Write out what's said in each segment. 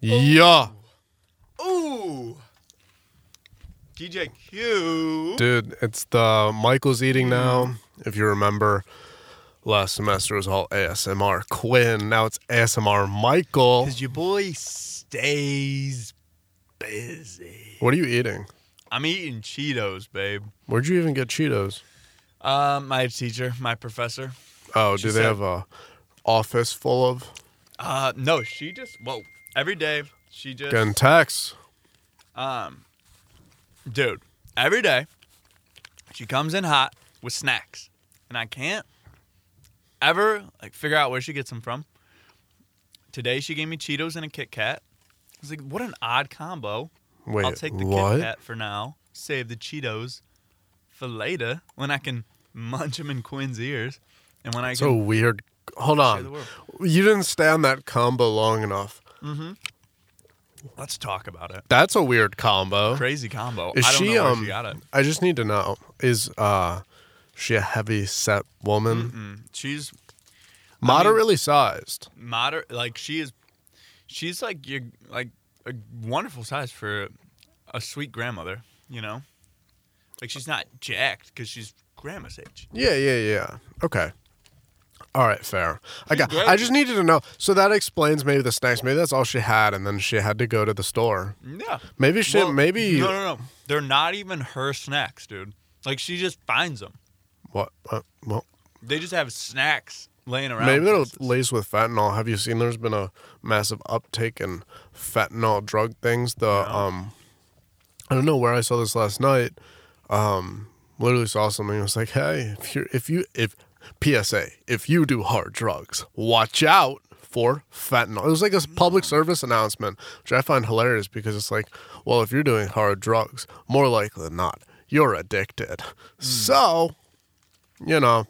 Yeah. Ooh. DJQ. Dude, it's the Michael's Mm. eating now. If you remember, last semester was all ASMR Quinn. Now it's ASMR Michael. Because your boy stays busy. What are you eating? I'm eating Cheetos, babe. Where'd you even get Cheetos? Uh, my teacher, my professor. Oh, She do they said- have a office full of Uh, no, she just whoa. Every day, she just getting tax? um, dude. Every day, she comes in hot with snacks, and I can't ever like figure out where she gets them from. Today, she gave me Cheetos and a Kit Kat. I was like, what an odd combo. Wait, I'll take the what? Kit Kat for now. Save the Cheetos for later when I can munch them in Quinn's ears, and when I So um, can weird. Hold share the on. world. You didn't stay on that combo long enough. Mm-hmm. Let's talk about it. That's a weird combo. Crazy combo. Is I don't she know where um? she got it. I just need to know. Is uh, she a heavy set woman? Mm, she's Moderately sized. moderate. Like she is, she's like your like a wonderful size for a sweet grandmother. You know, like she's not jacked because she's grandma's age. Yeah, yeah, yeah. Okay. All right, fair. I She's got. great. I just needed to know. So that explains maybe the snacks. Maybe that's all she had, and then she had to go to the store. Yeah. Maybe she. Well, maybe no, no, no. They're not even her snacks, dude. Like she just finds them. what? Uh, well, They just have snacks laying around. maybe they're places. laced with fentanyl. Have you seen? There's been a massive uptick in fentanyl drug things. The um, I don't know where I saw this last night. Um, literally saw something. I was like, hey, if you if you if PSA, if you do hard drugs, watch out for fentanyl. It was like a public Hmm. service announcement, which I find hilarious because it's like, well, if you're doing hard drugs, more likely than not, you're addicted. Hmm. So, you know,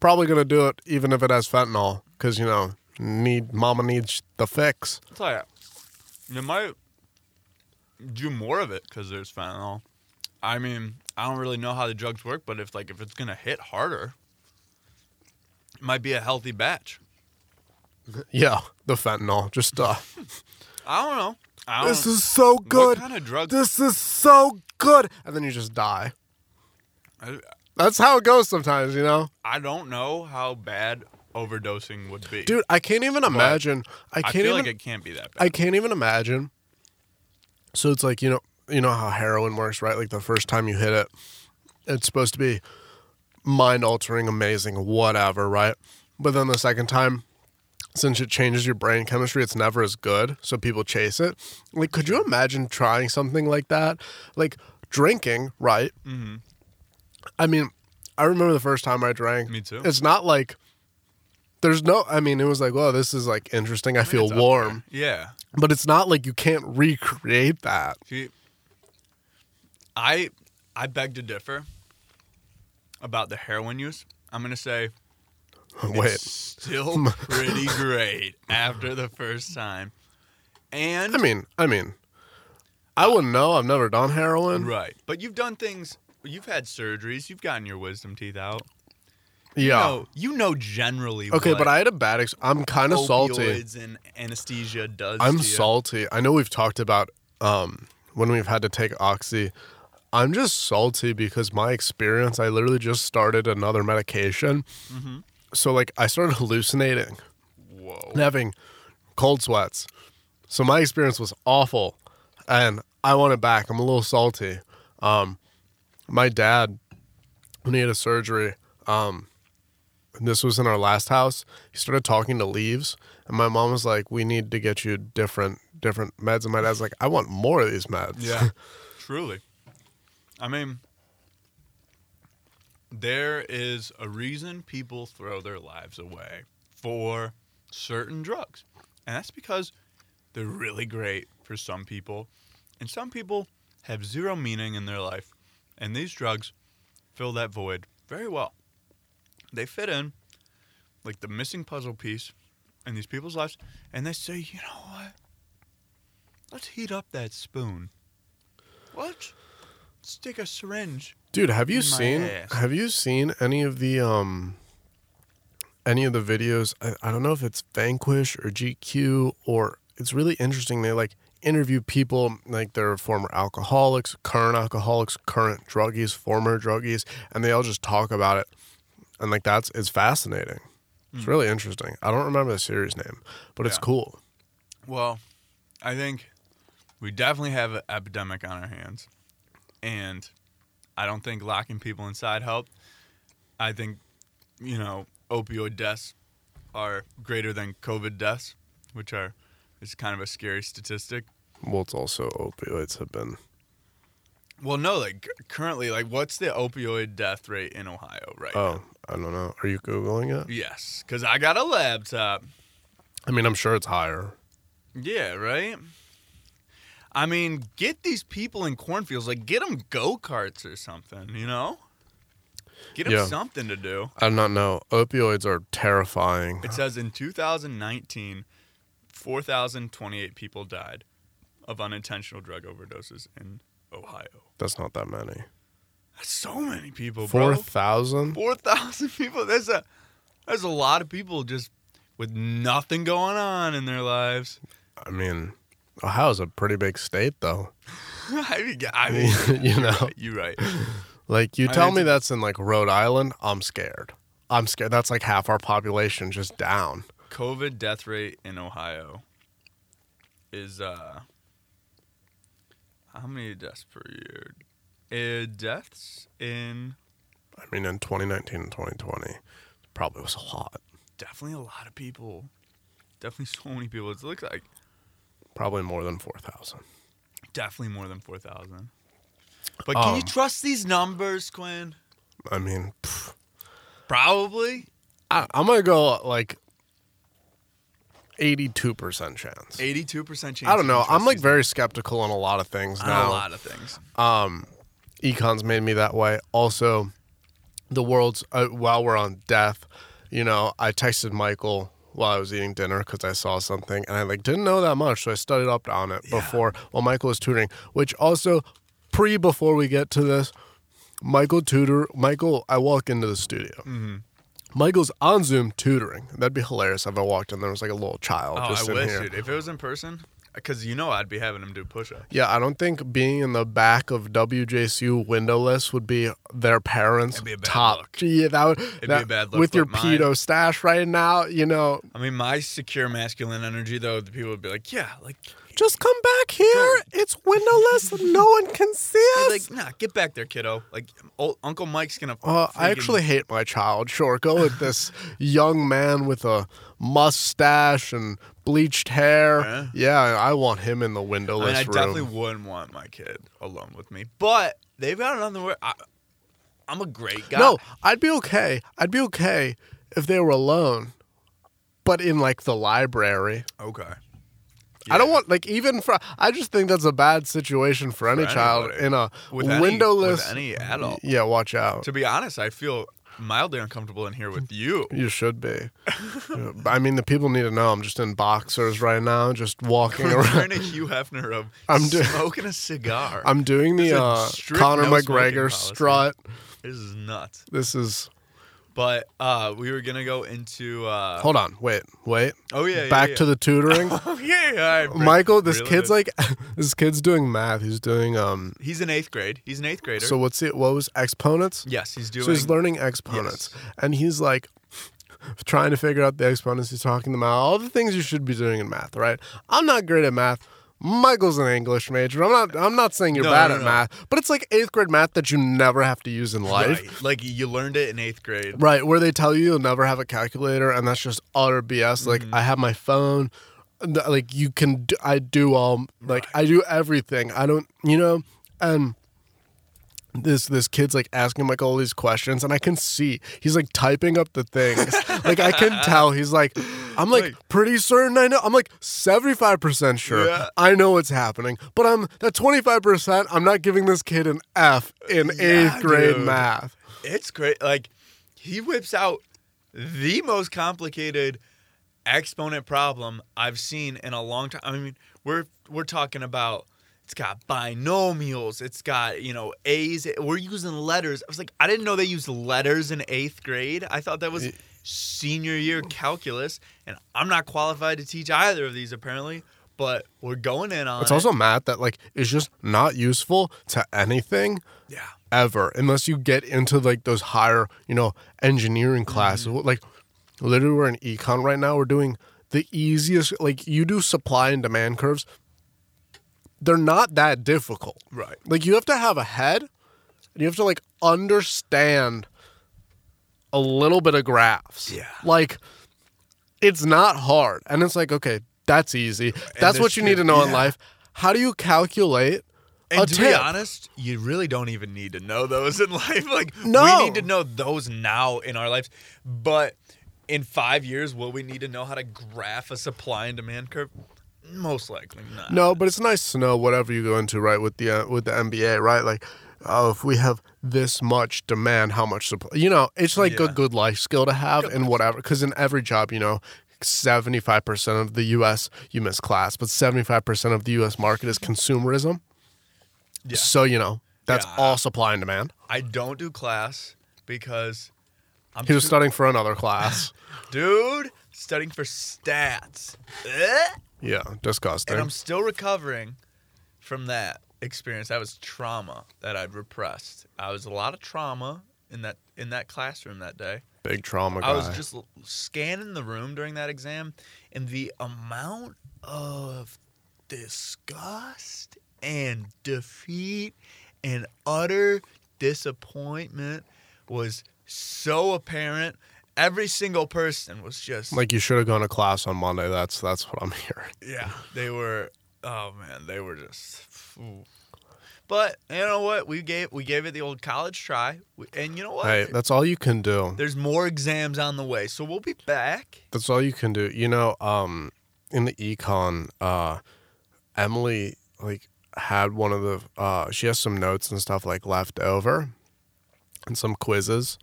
probably gonna do it even if it has fentanyl, because you know, need mama needs the fix. It's like you might do more of it because there's fentanyl. I mean, I don't really know how the drugs work, but if like if it's gonna hit harder, it might be a healthy batch. Yeah, the fentanyl. Just uh, I don't know. I don't this is so good. What kind of drugs? This is so good. And then you just die. I, That's how it goes sometimes, you know? I don't know how bad overdosing would be. Dude, I can't even imagine. I I, can't feel even like it can't be that bad. I can't even imagine. So it's like, you know, you know how heroin works, right? Like the first time you hit it, it's supposed to be mind altering, amazing, whatever, right? But then the second time, since it changes your brain chemistry, it's never as good. So people chase it. Like, could you imagine trying something like that? Like drinking, right? Mm-hmm. I mean, I remember the first time I drank. Me too. It's not like there's no, I mean, it was like, whoa, this is like interesting. I, feel It's up there. warm Yeah. but it's not like you can't recreate that. See, I I beg to differ about the heroin use. I'm gonna say it's Wait, still pretty great after the first time, and I mean, I mean, I wouldn't know. I've never done heroin. right. But you've done things. You've had surgeries. You've gotten your wisdom teeth out. Yeah. No, you know generally. okay, what but I had a bad. Ex- I'm kind of salty. opioids and anesthesia does. I'm to you. salty. I know we've talked about um, when we've had to take oxy. I'm just salty because my experience. I literally just started another medication, Mm-hmm. so like I started hallucinating. Whoa. and having cold sweats. So my experience was awful, and I want it back. I'm a little salty. Um, my dad, when he had a surgery, um, and this was in our last house. He started talking to leaves, and my mom was like, "We need to get you different different meds." And my dad's like, "I want more of these meds." Yeah, truly. I mean, there is a reason people throw their lives away for certain drugs. And that's because they're really great for some people. And some people have zero meaning in their life. And these drugs fill that void very well. They fit in like the missing puzzle piece in these people's lives. And they say, you know what? Let's heat up that spoon. What? Stick a syringe. Dude, have you In my seen ass. have you seen any of the um any of the videos? I, I don't know if it's Vanquish or GQ or it's really interesting. They like interview people like they're former alcoholics, current alcoholics, current druggies, former druggies, and they all just talk about it. And like that's it's fascinating. It's really interesting. I don't remember the series name, but it's Hmm. Yeah. cool. Well, I think we definitely have an epidemic on our hands. And I don't think locking people inside helped. I think, you know, opioid deaths are greater than COVID deaths, which are is kind of a scary statistic. Well, it's also opioids have been Well, no, like currently, like what's the opioid death rate in Ohio right oh, I don't know. Are you googling now? it? Yes, because I got a laptop. I mean, I'm sure it's higher. Yeah, right. I mean, get these people in cornfields, like get them go karts or something, you know? Get them Yeah. something to do. I do not know. Opioids are terrifying. It says in 2019, 4,028 people died of unintentional drug overdoses in Ohio. That's not that many. That's so many people, Four bro. thousand. 4,000 people. That's a that's a lot of people just with nothing going on in their lives. I mean, Ohio's a pretty big state, though. I mean, I mean you know, you're right. like you I tell mean, me it's- that's in like Rhode Island, I'm scared. I'm scared. That's like half our population just down. COVID death rate in Ohio is uh how many deaths per year? Uh, deaths in I mean, in 2019 and 2020, probably was a lot. definitely a lot of people. Definitely so many people. It looks like Probably more than four thousand. definitely more than four thousand. But can Um, you trust these numbers, Quinn? I mean, pff, Probably I, I'm gonna go like 82 percent chance. eighty-two percent chance. I you don't can know. trust I'm like these very skeptical on a lot of things numbers. now. on a lot of things. um, econs made me that way. Also, the world's uh, while we're on death, you know, I texted Michael while I was eating dinner because I saw something and I like didn't know that much, so I studied up on it Yeah. before while Michael was tutoring. Which also, pre before we get to this, Michael tutor Michael. I walk into the studio. Mm-hmm. Michael's on Zoom tutoring. That'd be hilarious if I walked in there was like a little child Oh, just I in wish, here. dude. If it was in person, because you know I'd be having him do push-ups. Yeah, I don't think being in the back of WJCU windowless would be their parents' That'd be a bad top. look. Yeah, that would. be that- a bad look, with your but mine- pedo stash right now. You know, I mean, my secure masculine energy, though, the people would be like, yeah, like, just come back here. It's windowless. no one can see I'd us. be like, nah, get back there, kiddo. Like, old Uncle Mike's gonna. Uh, I freaking- actually hate my child. Sure, go with this young man with a mustache and bleached hair. Yeah. Yeah, I want him in the Uh-huh. I mean, windowless I definitely room. wouldn't want my kid alone with me, but they've got another way. I, I'm a great guy. No, I'd be okay. I'd be okay if they were alone, but in like the library. Okay. I don't Yeah. want like even for. I just think that's a bad situation for any For child anybody. in a With any- windowless. with any adult. Yeah, watch out. To be honest, I feel mildly uncomfortable in here with you. You should be. I mean, the people need to know. I'm just in boxers right now, just walking around. Turn a Hugh Hefner of I'm do- smoking a cigar. I'm doing the There's a uh, strict Conor no smoking McGregor policy. strut. this is nuts. This is. But uh, we were gonna go into. Uh, Hold on. Wait. Wait. oh yeah. Back to the tutoring. Oh yeah. yeah, I- Michael, this really kid's did. like, this kid's doing math. He's doing um He's in eighth grade. He's an eighth grader. So what's it? What was exponents? yes, he's doing. So he's learning exponents, Yes. and he's like trying to figure out the exponents. He's talking them out. All the things you should be doing in math, right? I'm not great at math. Michael's an English major. I'm not. I'm not saying you're No, bad no, at no. math, but it's like eighth grade math that you never have to use in life. Right. Like you learned it in eighth grade. Right, where they tell you you'll never have a calculator, and that's just utter BS. Like Mm-hmm. I have my phone, and th- like you can, do, I do all, like I do everything. I don't, you know, and this this kid's like asking like all these questions, and I can see he's like typing up the things. like I can tell he's like, I'm like, Like- pretty certain I know. I'm like seventy five percent sure Yeah. I know what's happening, but I'm that twenty five percent. I'm not giving this kid an F in Yeah, eighth grade dude. math. It's great. Like he whips out the most complicated exponent problem I've seen in a long time. I mean, we're we're talking about it's got binomials, it's got, you know, A's. We're using letters. I was like, I didn't know they used letters in 8th grade. I thought that was senior year calculus and I'm not qualified to teach either of these apparently. but we're going in on It's it. also math that like is just not useful to anything yeah. ever unless you get into like those higher, you know, engineering classes. Mm-hmm. Like literally we're in econ right now, we're doing the easiest like you do supply and demand curves. They're not that difficult. Right. Like you have to have a head and you have to like understand a little bit of graphs. Yeah. Like it's not hard. And it's like, okay, that's easy. that's what there's you need to know in yeah. life. How do you calculate And a to tip? be honest, you really don't even need to know those in life. Like No. we need to know those now in our lives. But in five years, will we need to know how to graph a supply and demand curve? Most likely not. No, but it's nice to know whatever you go into, right? With the uh, with the MBA, right? Like, oh, if we have this much demand, how much supply? You know, it's like Yeah. a good life skill to have Good in whatever. Because in every job, you know, seventy five percent of the U.S. you miss class, but seventy five percent of the U.S. market is consumerism. Yeah. So you know, that's Yeah. all supply and demand. I don't do class because I'm He was too- studying for another class. dude studying for stats, Eh? yeah, disgusting. and I'm still recovering from that experience. That was trauma that I'd repressed. I was a lot of trauma in that in that classroom that day. Big trauma guy. I was just l- scanning the room during that exam, and the amount of disgust and defeat and utter disappointment was so apparent. Every single person was just like you should have gone to class on Monday. That's that's what I'm hearing. yeah, they were. Oh man, they were just. ooh. But you know what? We gave we gave it the old college try, We- and you know what? Hey, that's all you can do. There's more exams on the way, so we'll be back. That's all you can do. You know, um, in the econ, uh, Emily like had one of the uh, she has some notes and stuff like left over, and some quizzes,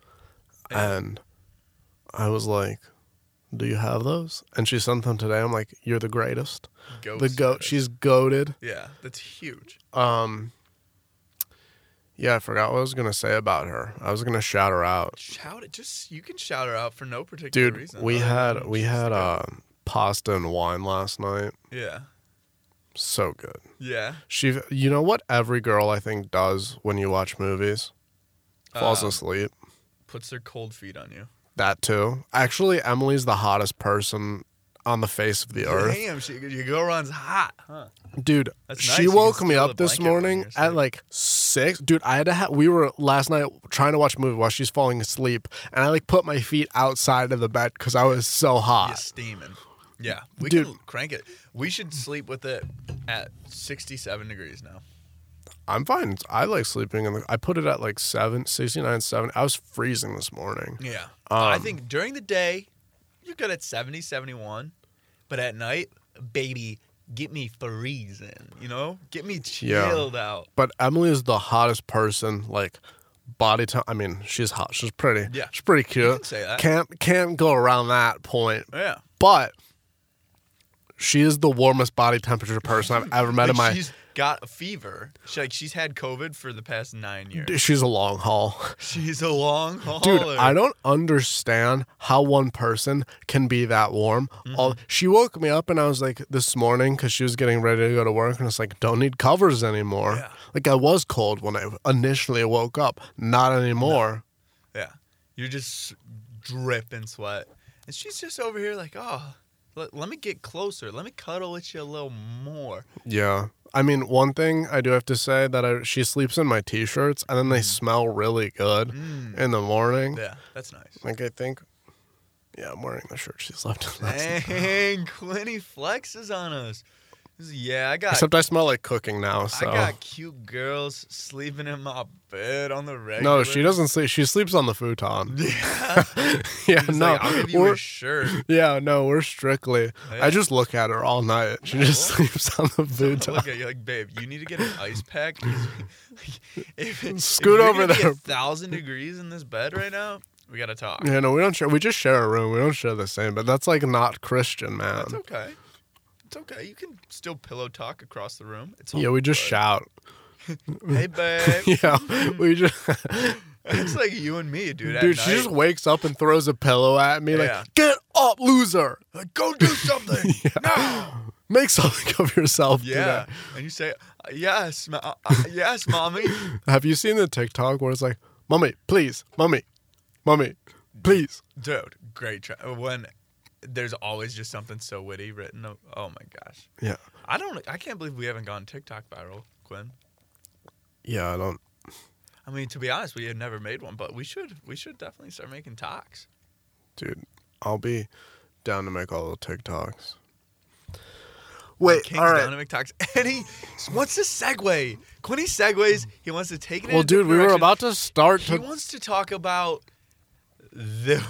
Yeah. and I was like, "Do you have those?" And she sent them today. I'm like, "You're the greatest, Goat the goat." She's goaded. Yeah, that's huge. Um, yeah, I forgot what I was gonna say about her. I was gonna shout her out. Shout it. Just you can shout her out for no particular Dude, reason. we other had than we she's had the goat. uh, pasta and wine last night. Yeah. So good. Yeah. She, you know what every girl I think does when you watch movies, falls Um, asleep. Puts their cold feet on you. That too. Actually, Emily's the hottest person on the face of the earth, Damn, she, your girl runs hot, huh? dude. That's nice. She You can woke me steal a up this blanket when morning you're at asleep. like six, dude. I had to have. We were last night trying to watch a movie while she's falling asleep, and I like put my feet outside of the bed because I was so You're hot. steaming. Yeah, we Dude. can crank it. We should sleep with it at 67 degrees now. I'm fine. I like sleeping in the. I put it at like seven, 69, seven. I was freezing this morning. Yeah. I Um, think during the day, you're good at 70, 71. But at night, baby, get me freezing, you know? Get me chilled out. but Emily is the hottest person. Like body type. I mean, she's hot. She's pretty. Yeah. she's pretty cute. can say that. Can't can't go around that point. Yeah. But she is the warmest body temperature person I've ever met Like, in my. she's got a fever. She, like she's had COVID for the past nine years. Dude, She's a long haul. She's a long hauler. Dude, I don't understand how one person can be that warm. Mm-hmm. All, she woke me up and I was like, this morning, because she was getting ready to go to work, and it's like, don't need covers anymore. Yeah. Like, I was cold when I initially woke up, not anymore. Yeah. You're just dripping sweat. And she's just over here like, oh, let, let me get closer. Let me cuddle with you a little more. Yeah. I mean, one thing I do have to say that I, she sleeps in my t shirts and then they smell really good Mm. in the morning. Yeah, that's nice. Like, I think, yeah, I'm wearing the shirt she slept in last night. Dang, Quinny flexes on us. He's like, Yeah, I got Except I smell like cooking now, I so. got cute girls sleeping in my bed on the regular. no, she doesn't sleep. She sleeps on the futon. Yeah. yeah, He's no. like, I'll give you we're, a shirt. yeah, no, we're strictly. Yeah. Oh. I just look at her all night. She just Cool. sleeps on the futon. Look at you like, babe, you need to get an ice pack. 'cause we- if, if Scoot you're over gonna be there. A thousand degrees in this bed right now. We gotta talk. Yeah, no, we don't share. We just share a room. We don't share the same, but that's like not Christian, man. It's okay. It's okay. You can still pillow talk across the room. It's all Yeah, we just good. shout. Hey, babe. yeah, we just. it's like you and me, dude. at Dude, she night. just wakes up and throws a pillow at me Yeah. like, "Get up, loser. Like, go do something. No. Make something of yourself. do Yeah. that. And you say, yes, ma- uh, uh, yes, mommy. Have you seen the TikTok where it's like, "Mommy, please, mommy, mommy, please." Dude, great try. When there's always just something so witty written. o- Oh my gosh. Yeah. I don't, I can't believe we haven't gone TikTok viral, Quinn. Yeah, I don't. I mean, to be honest, we had never made one, but we should, we should definitely start making talks. dude. I'll be down to make all the TikToks. Like, King's down to make talks. And he wants to segue. Quinn, he segues. He wants to take it. in Well, a different dude, we were direction. about to start He to. wants to talk about the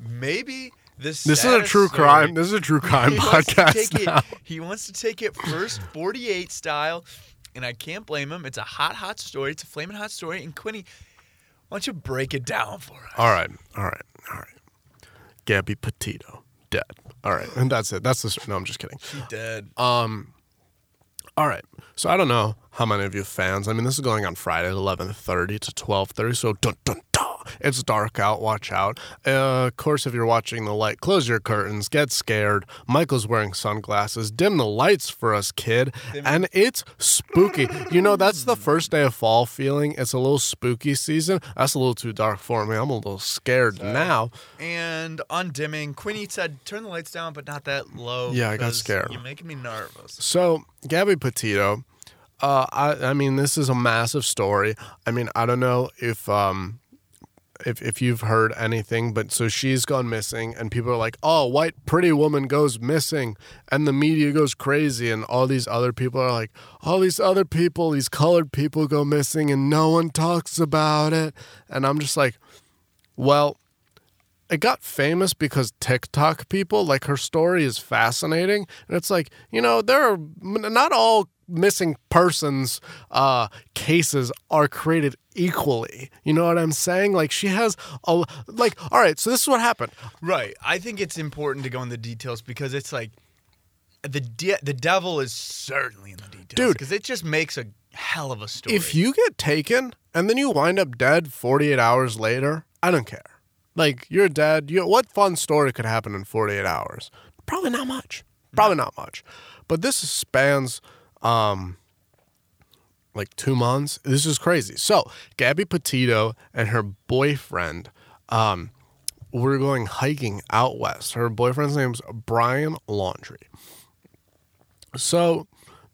maybe this. this is a true crime. This is a true crime podcast. take now. it, he wants to take it first 48 style, and I can't blame him. It's a hot, hot story. It's a flaming hot story. And Quinny, why don't you break it down for us? All right, all right, all right. Gabby Petito dead. All right, and that's it. That's the. s- No, I'm just kidding. He dead. Uh, All right. So I don't know how many of you fans. I mean, this is going on Friday, eleven thirty to twelve thirty. So dun dun dun. It's dark out. Watch out. Uh, of course, if you're watching the light, close your curtains. Get scared. Michael's wearing sunglasses. Dim the lights for us, kid. And it's spooky. You know, that's the first day of fall feeling. It's a little spooky season. That's a little too dark for me. I'm a little scared now. and on dimming, Quinny said, turn the lights down, but not that low. Yeah, I got 'cause scared. You're making me nervous. So Gabby Petito, uh, I, I mean, this is a massive story. I mean, I don't know if um, if if you've heard anything, but so she's gone missing, and people are like, "Oh, white pretty woman goes missing," and the media goes crazy, and all these other people are like, "All these other people, these colored people go missing, and no one talks about it," and I'm just like, well it got famous because TikTok people like her story is fascinating, and it's like you know there are m- not all missing persons uh, cases are created equally. You know what I'm saying? Like she has a like. All right, so this is what happened. Right. I think it's important to go in the details because it's like the de- the devil is certainly in the details, Dude. Because it just makes a hell of a story. If you get taken and then you wind up dead 48 hours later, I don't care. Like you're dead. You what fun story could happen in 48 hours? Probably not much. Probably not much. But this spans um like 2 months. This is crazy. So, Gabby Petito and her boyfriend um were going hiking out west. Her boyfriend's name's Brian Laundry. So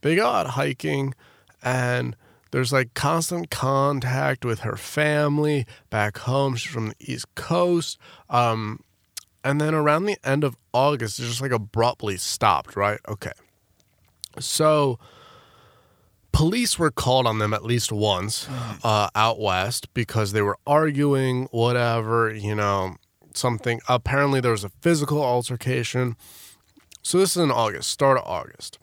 they go out hiking, and there's like constant contact with her family back home. She's from the East Coast. Um, and then around the end of August, it just like abruptly stopped, right? Okay. So police were called on them at least once uh, out west because they were arguing, whatever, you know, something. Apparently, there was a physical altercation. So this is in August, start of August.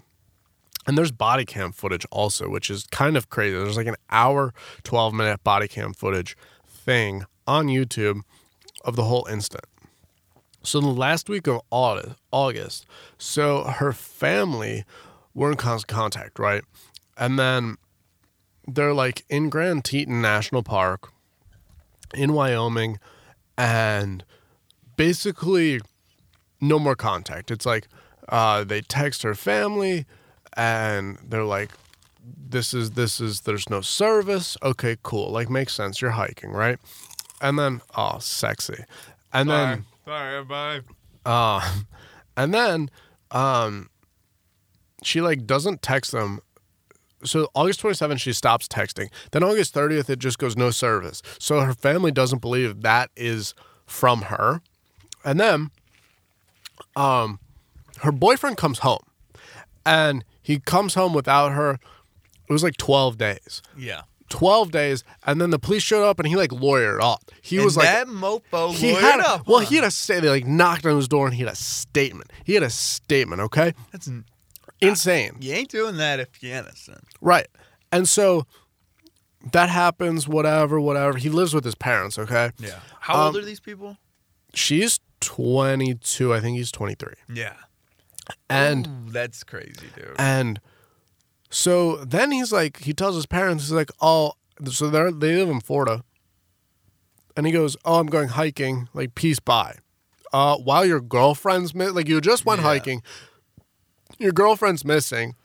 And there's body cam footage also, which is kind of crazy. There's like an hour, 12 minute body cam footage thing on YouTube of the whole incident. So the last week of Au- August, so her family were in constant contact, right? And then they're like in Grand Teton National Park in Wyoming, and basically no more contact. It's like uh, they text her family and they're like, this is, this is, there's no service. Okay, cool. Like, makes sense. You're hiking, right? And then, oh, sexy. And then, sorry, everybody. uh, and then um, she like doesn't text them. So August 27th, she stops texting. Then August 30th, it just goes no service. So her family doesn't believe that is from her. And then um, her boyfriend comes home and he comes home without her. It was like 12 days. Yeah. 12 days. And then the police showed up and he like lawyered up. He And was like, that oh, mopo he lawyered had a, up. well, huh? he had a say. They like knocked on his door and he had a statement. He had a statement. Okay, That's, n- insane. you ain't doing that if you're innocent. Right. And so that happens. Whatever. Whatever. He lives with his parents. Okay. How old Um, are these people? She's twenty two. I think he's twenty three. Yeah. And Ooh, that's crazy, dude. And so then he's like, he tells his parents, he's like, oh, so they're, they live in Florida. And he goes, oh, I'm going hiking. Like, peace, bye. uh, while your girlfriend's mi- like you just went Yeah. hiking, your girlfriend's missing,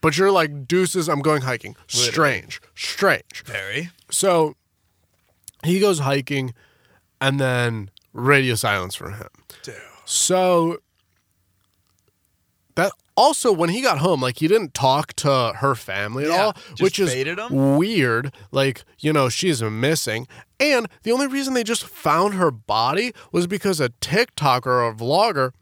but you're like deuces. I'm going hiking. Literally. Strange, strange. Very. So he goes hiking, and then radio silence for him. Dude. So that also when he got home, like he didn't talk to her family at Yeah, all, just which is baited 'em. weird. Like you know she's missing, and the only reason they just found her body was because a TikToker or a vlogger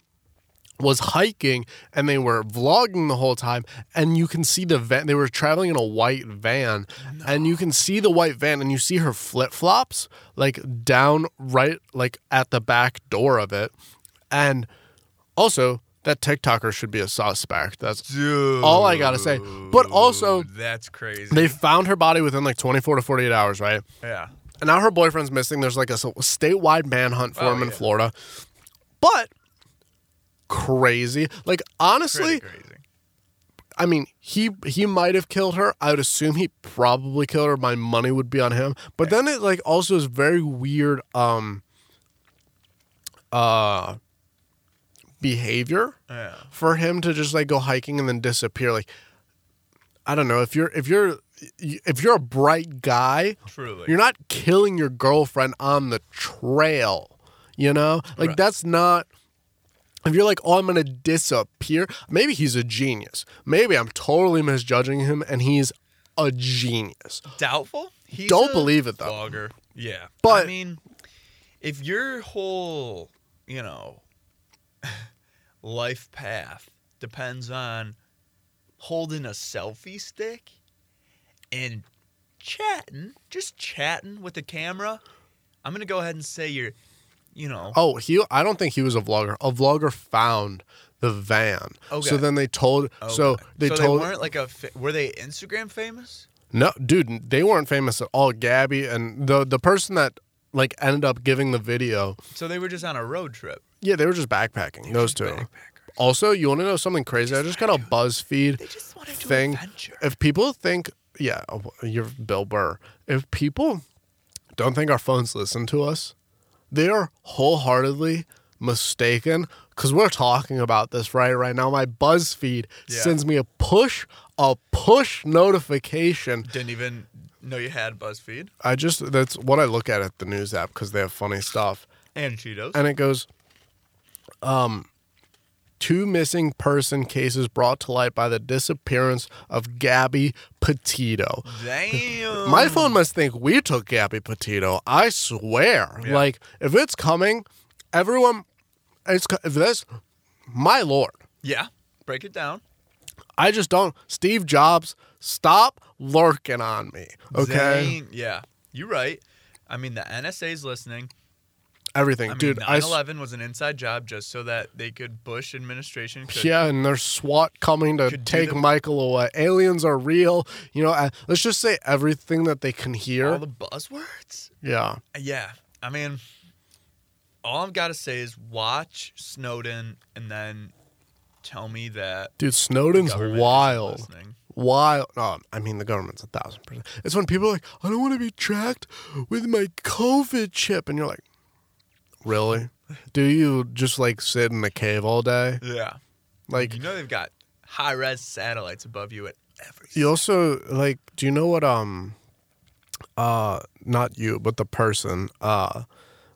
was hiking and they were vlogging the whole time and you can see the van they were traveling in a white van and you can see the white van and you see her flip-flops like down right like at the back door of it and also that tiktoker should be a suspect that's Dude. All I gotta say. But also- That's crazy. they found her body within like 24 to 48 hours right yeah. and now her boyfriend's missing. There's like a s- statewide manhunt for Oh, him in yeah. Florida, but crazy. Like honestly, Pretty crazy. I mean, he he might have killed her. I would assume he probably killed her. My money would be on him. But then it like also is very weird um uh behavior Yeah. for him to just like go hiking and then disappear like I don't know if you're if you're if you're a bright guy Truly. you're not killing your girlfriend on the trail, you know? Like Right. that's not if you're like, "Oh, I'm going to disappear." Maybe he's a genius. Maybe I'm totally misjudging him and he's a genius. doubtful. He's Don't a believe it, though. Vlogger. Yeah. But- I mean, if your whole, you know, life path depends on holding a selfie stick and chatting, just chatting with the camera, I'm gonna go ahead and say you're, you know, Oh, he I don't think he was a vlogger. A vlogger found the van. So Okay. then they told Oh, so okay. they so told they weren't like a fa- were they Instagram famous? No, dude, they weren't famous at all. Gabby and the the person that like ended up giving the video So they were just on a road trip. Yeah, they were just backpacking. those just two. backpackers. Also, you want to know something crazy? I just got a They BuzzFeed just wanted to thing. adventure. If people think, yeah, oh, you're Bill Burr. If people don't think our phones listen to us, they are wholeheartedly mistaken. Because we're talking about this right right now. My BuzzFeed Yeah. sends me a push a push notification. Didn't even know you had BuzzFeed. I just that's what I look at at the news app because they have funny stuff. And Cheetos. and it goes, um, two missing person cases brought to light by the disappearance of Gabby Petito. Damn. My phone must think we took Gabby Petito. I swear. Yeah. Like, if it's coming, everyone, it's co- if this, my lord. yeah. Break it down. I just don't. Steve Jobs, stop lurking on me. Okay, Dang. Yeah. You're right. I mean, the NSA's listening. everything, I mean, dude. I 9 s- 11 was an inside job just so that they could, Bush administration could. Yeah, and there's SWAT coming to Could do take the- Michael away. Aliens are real. You know, uh, let's just say everything that they can hear. All the buzzwords? yeah. Yeah. I mean, all I've got to say is watch Snowden and then tell me that. Dude, the Snowden's government isn't wild. listening. Wild. No, I mean, the government's a thousand percent. It's when people are like, I don't want to be tracked with my COVID chip. And you're like, really? Do you just like sit in a cave all day? Yeah. Like, You know, they've got high res satellites above you at every. You also like do you know what um uh not you but the person uh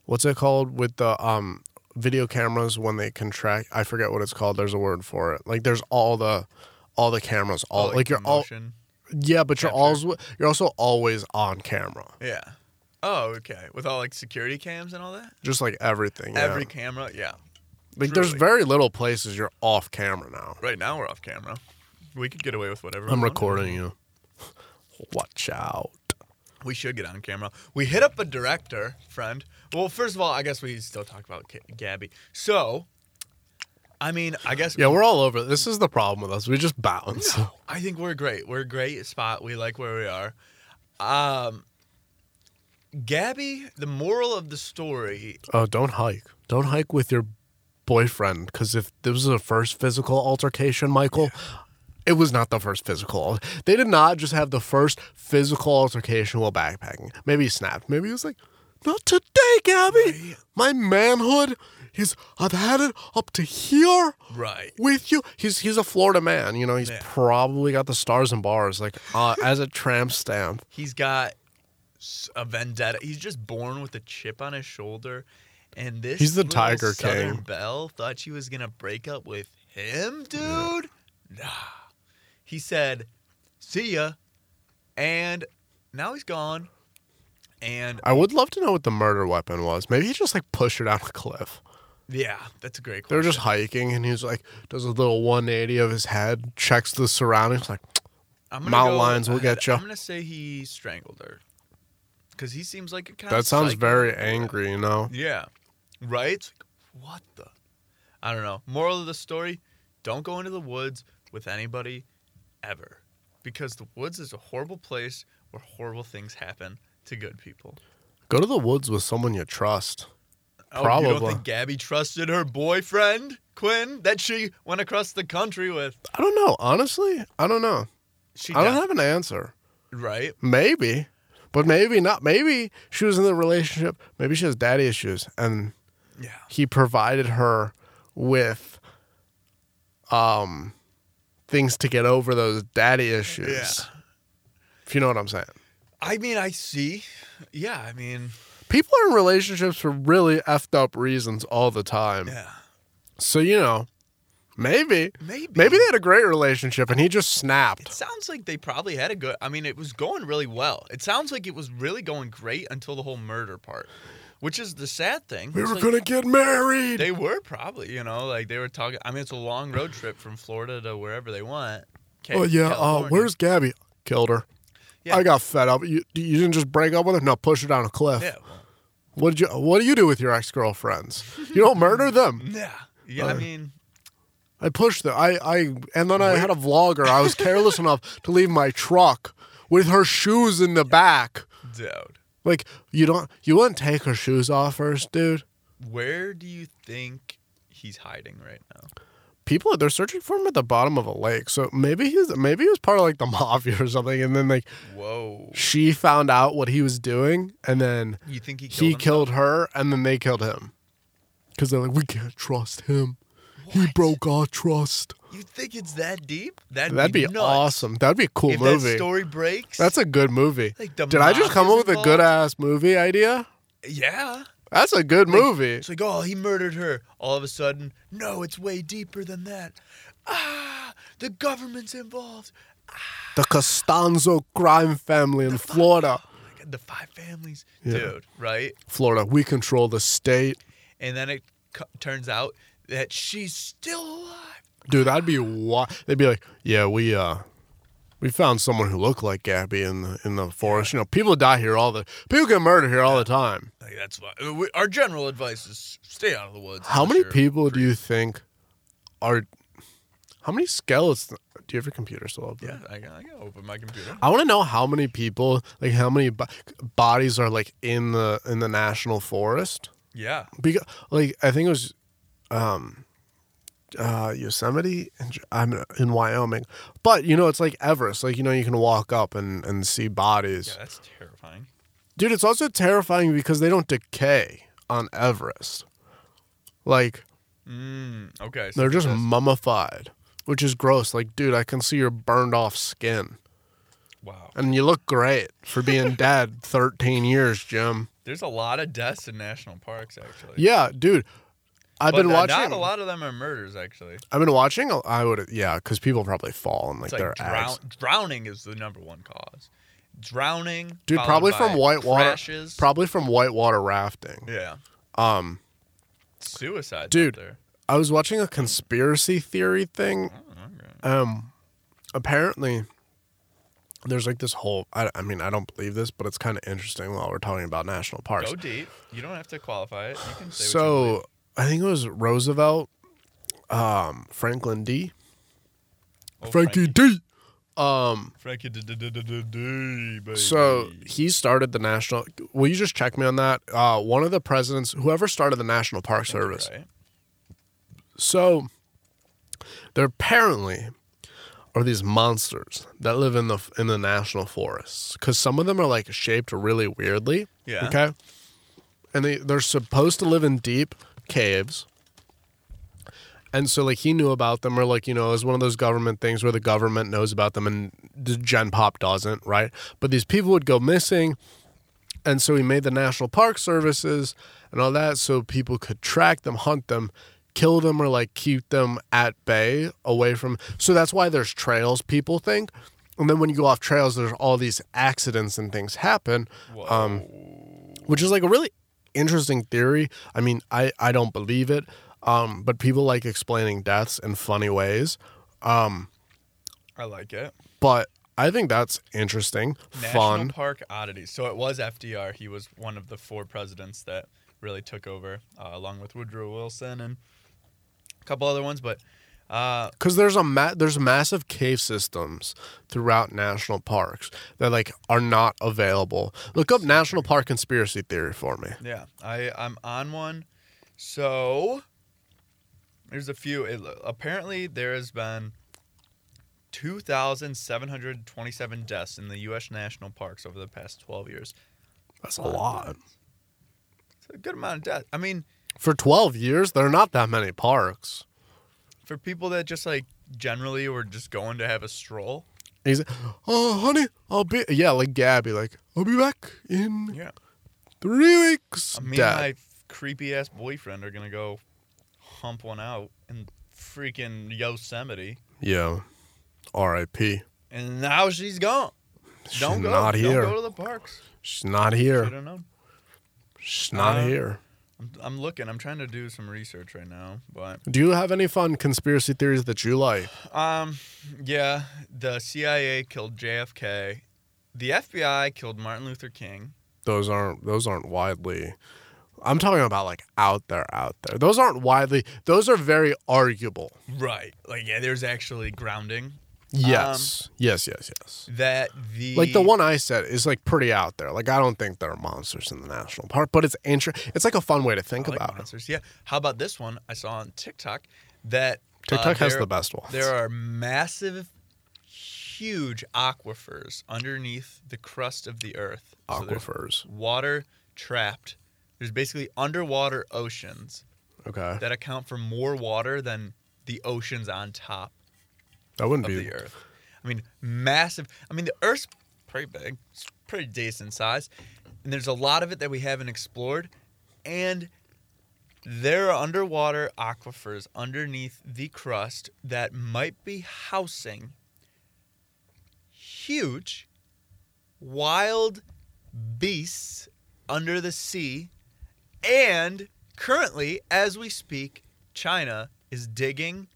what's it called with the um video cameras when they contract I forget what it's called there's a word for it like there's all the all the cameras all Oh, like, you're all motion. yeah but you're capture. also you're also always on camera Yeah. Oh, okay. With all like security cams and all that? just like everything yeah. Every camera, yeah. like there's truly. very little places you're off camera now Right now we're off camera. We could get away with whatever. I'm we wanted. recording you watch out We should get on camera. We hit up a director friend. Well, first of all, I guess we still talk about K- Gabby. So, I mean, I guess yeah we're all over this is the problem with us we just bounce No, I think we're great. We're a great spot. We like where we are. Um, Gabby, the moral of the story, Oh, don't hike. Don't hike with your boyfriend because if this was the first physical altercation, Michael, it was not the first physical. al- They did not just have the first physical altercation while backpacking. Maybe he snapped. Maybe he was like, "Not today, Gabby. My manhood he's I've had it up to here Right. with you. He's he's a Florida man, you know. He's Yeah. probably got the stars and bars like uh, as a tramp stamp. He's got s- a vendetta. He's just born with a chip on his shoulder. And this He's the little Tiger Southern King. Belle thought she was gonna break up with him, dude. Nah. He said, "See ya," and now he's gone. And I would love to know what the murder weapon was. Maybe he just like pushed her down a cliff. yeah, that's a great They were question. just hiking, and he's like does a little 180 of his head, checks the surroundings, like I'm gonna Mount go lions will ahead. get ya. I'm gonna say he strangled her, because he seems like a kind of that sounds psycho. very angry, you know. Yeah, right. It's like, what the? I don't know. Moral of the story: Don't go into the woods with anybody ever, because the woods is a horrible place where horrible things happen to good people. Go to the woods with someone you trust. Oh, you don't Probably. think Gabby trusted her boyfriend Quinn that she went across the country with? I don't know, honestly. I don't know. She I don't got- have an answer. right. Maybe, but maybe not. Maybe she was in the relationship. Maybe she has daddy issues, and Yeah. he provided her with um things to get over those daddy issues. Yeah. If you know what I'm saying. I mean, I see. Yeah, I mean, People are in relationships for really effed up reasons all the time. yeah. So you know, maybe Maybe. maybe they had a great relationship and he just It snapped. sounds like they probably had a good. I mean, it was going really well. It sounds like it was really going great until the whole murder part, which is the sad thing. We It's were like, gonna get married. They were probably, you know, like they were talking. I mean, it's a long road trip from Florida to wherever they want. Ca- oh yeah. Uh, California. where's Gabby? Killed her. Yeah. I got fed up. You, you didn't just break up with her? No, push her down a cliff. Yeah. Well, What did you What do you do with your ex girlfriends? You don't murder them. yeah. Yeah. I Uh, mean, I pushed them. I I and then I had a vlogger. I was careless enough to leave my truck with her shoes in the back. dude, Like you don't you wouldn't take her shoes off first, dude. where do you think he's hiding right now? People they're searching for him at the bottom of a lake. So maybe he's maybe he was part of like the mafia or something. And then like Whoa. she found out what he was doing, and then You think he killed? he him? killed her, and then they killed him. Because they're like, we can't trust him. He What? broke our trust. You think it's that deep? That'd, That'd be nuts. awesome. That'd be a cool If movie. that story breaks, That's a good movie. Like, the Did I just mob come is up with a good ass movie idea? yeah. That's a good movie. It's like, oh, he murdered her. All of a sudden, no, it's way deeper than that. Ah, the government's involved. The Costanzo crime family in Florida. Oh my God, the five families, Yeah. dude, right? Florida, we control the state. And then it cu- turns out that she's still alive. Dude, that'd be wild. They'd be like, yeah, we uh, we found someone who looked like Gabby in the in the forest. You know, people die here all the people get murdered here all the time. Like that's why uh, we- our general advice is stay out of the woods. How unless many you're- people do you think are? How many skeletons? Do you have your computer still up? Yeah, I can, I can open my computer. I want to know how many people, like how many bo- bodies are like in the in the national forest. Yeah, Because like I think it was, um, uh, Yosemite in, J- I'm in Wyoming, but you know it's like Everest. Like you know you can walk up and and see yeah, bodies, that's terrifying. dude. It's also terrifying because they don't decay on Everest. Like Mm, okay, so they're just that's- mummified, which is gross. Like dude, I can see your burned off skin, wow. and you look great for being dead thirteen years, Jim. There's a lot of deaths in national parks, actually. Yeah, dude. I've But been not- watching. Not a lot of them are murders, actually. I've been watching. a- I would, yeah, because people probably fall and like, It's like their drown- ass. drowning is the number one cause. Drowning, Dude, followed probably by from whitewater. crashes. Probably from whitewater rafting. yeah, Um, suicide, Dude. There. I was watching a conspiracy theory thing. Oh, okay. Um, apparently, there's like this whole. I, I mean, I don't believe this, but it's kind of interesting while we're talking about national parks. Go deep. You don't have to qualify it. You can say what you so I think it was Roosevelt, um, Franklin D. believe. Oh, Frankie D. Um, Frankie, d- d- d- d- d- d- baby. So he started the national. Will you just check me on that? Uh, one of the presidents, whoever started the National Park That's Service. right. So there apparently are these monsters that live in the in the national forests because some of them are like shaped really weirdly. Yeah. Okay. And they they're supposed to live in deep caves. And so, like, he knew about them, or like, you know, it was one of those government things where the government knows about them and the Gen Pop doesn't, right? But these people would go missing. And so he made the National Park Services and all that so people could track them, hunt them, kill them, or like keep them at bay away from. So that's why there's trails, people think. And then when you go off trails, there's all these accidents and things happen Um, which is like a really interesting theory. I mean, I, I don't believe it, um, but people like explaining deaths in funny ways. I like it. But I think that's interesting, National fun. Park oddities. So it was FDR. He was one of the four presidents that really took over, uh, along with Woodrow Wilson and a couple other ones. But uh, Because there's a ma- there's massive cave systems throughout national parks that like are not available. Look up national park conspiracy theory for me. yeah, I I'm on one. So there's a few. It, apparently, there has been. 2,727 deaths in the U.S. national parks over the past 12 years. That's a lot It's a good amount of deaths. I mean, for 12 years. There are not that many parks. for people that just like generally were just going to have a stroll. He's like, oh honey, I'll be yeah like Gabby like I'll be back in Yeah. three weeks. Me Dad. and my creepy ass boyfriend are gonna go hump one out in freaking Yosemite, Yeah. R.I.P. and now she's gone. She's don't go. not here. Don't go to the parks. She's not I here. don't know. She's not Uh, here. I'm, I'm looking. I'm trying to do some research right now, but Do you have any fun conspiracy theories that you like? um, yeah, the CIA killed JFK. The FBI killed Martin Luther King. Those aren't those aren't widely. I'm talking about like out there, out there. Those aren't widely. Those are very arguable. Right. Like, yeah, there's actually grounding Yes, Um, yes, yes, yes. that the Like the one I said is like pretty out there. Like I don't think there are monsters in the national park, but it's inter- It's like a fun way to think I like about it. monsters. Yeah. How about this one? I saw on TikTok that uh, TikTok has there- the best ones. There are massive, huge aquifers underneath the crust of the earth. So there's aquifers. water trapped. There's basically underwater oceans Okay, that account for more water than the oceans on top that wouldn't of be the earth. I mean, massive. I mean, the earth's pretty big, it's pretty decent size. And there's a lot of it that we haven't explored. And there are underwater aquifers underneath the crust that might be housing huge wild beasts under the sea. And currently, as we speak, China is digging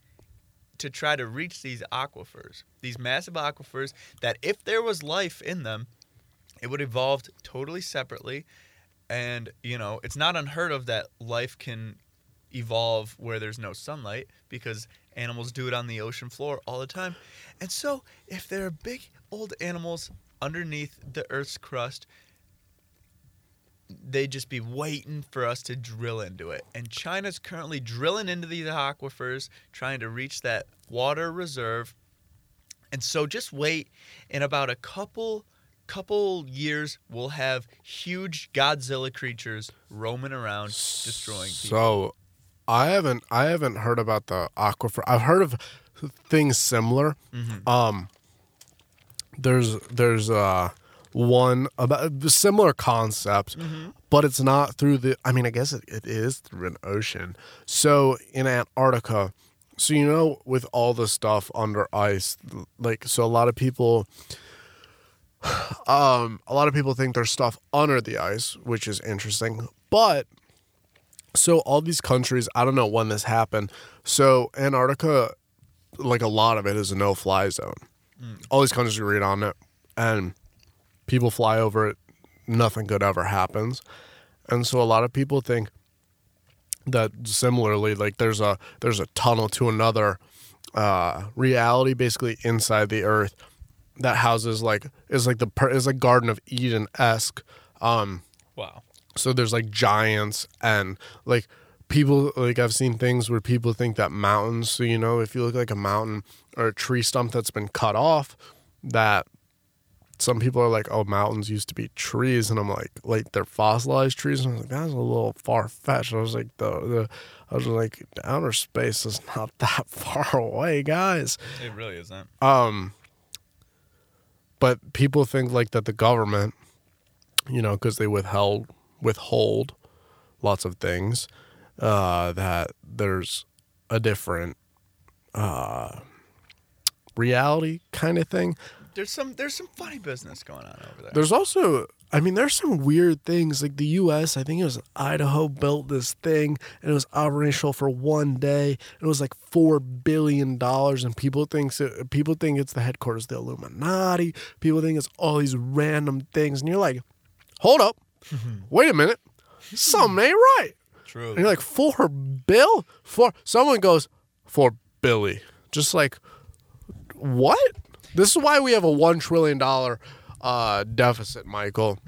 to try to reach these aquifers, these massive aquifers that if there was life in them, it would evolve totally separately. And, you know, it's not unheard of that life can evolve where there's no sunlight because animals do it on the ocean floor all the time. And so, if there are big old animals underneath the Earth's crust, they'd just be waiting for us to drill into it. And China's currently drilling into these aquifers, trying to reach that water reserve. And so just wait. In about a couple couple years, we'll have huge Godzilla creatures roaming around, destroying So, people. I haven't I haven't heard about the aquifer. I've heard of things similar. Um, there's there's uh one about a similar concept, but it's not through the. I mean, I guess it, it is through an ocean. So in Antarctica. So you know, with all the stuff under ice, like so, a lot of people, um, a lot of people think there's stuff under the ice, which is interesting. But so all these countries, I don't know when this happened. So Antarctica, like a lot of it, is a no-fly zone. All these countries agreed on it, and people fly over it. Nothing good ever happens, and so a lot of people think that similarly, like there's a there's a tunnel to another uh, reality, basically inside the Earth, that houses like is like the per- is like Garden of Eden esque. Um, Wow. so there's like giants and like people like I've seen things where people think that mountains, so you know, if you look like a mountain or a tree stump that's been cut off, that some people are like, "Oh, mountains used to be trees," and I'm like, "Like they're fossilized trees," and I was like, "That's a little far fetched." I was like, "The the." I was like, outer space is not that far away, guys. It really isn't. Um, but people think like that the government, you know, because they withheld withhold lots of things, uh, that there's a different uh, reality kind of thing. There's some there's some funny business going on over there. There's also, I mean, there's some weird things like the U.S. I think it was Idaho built this thing and it was operational for one day and it was like four billion dollars and people thinks it, people think it's the headquarters of the Illuminati. People think it's all these random things and you're like, hold up, Mm-hmm. wait a minute, something ain't right. True. And you're like, for Bill? For someone goes, for Billy. Just like, what? This is why we have a one trillion dollar uh, deficit, Michael.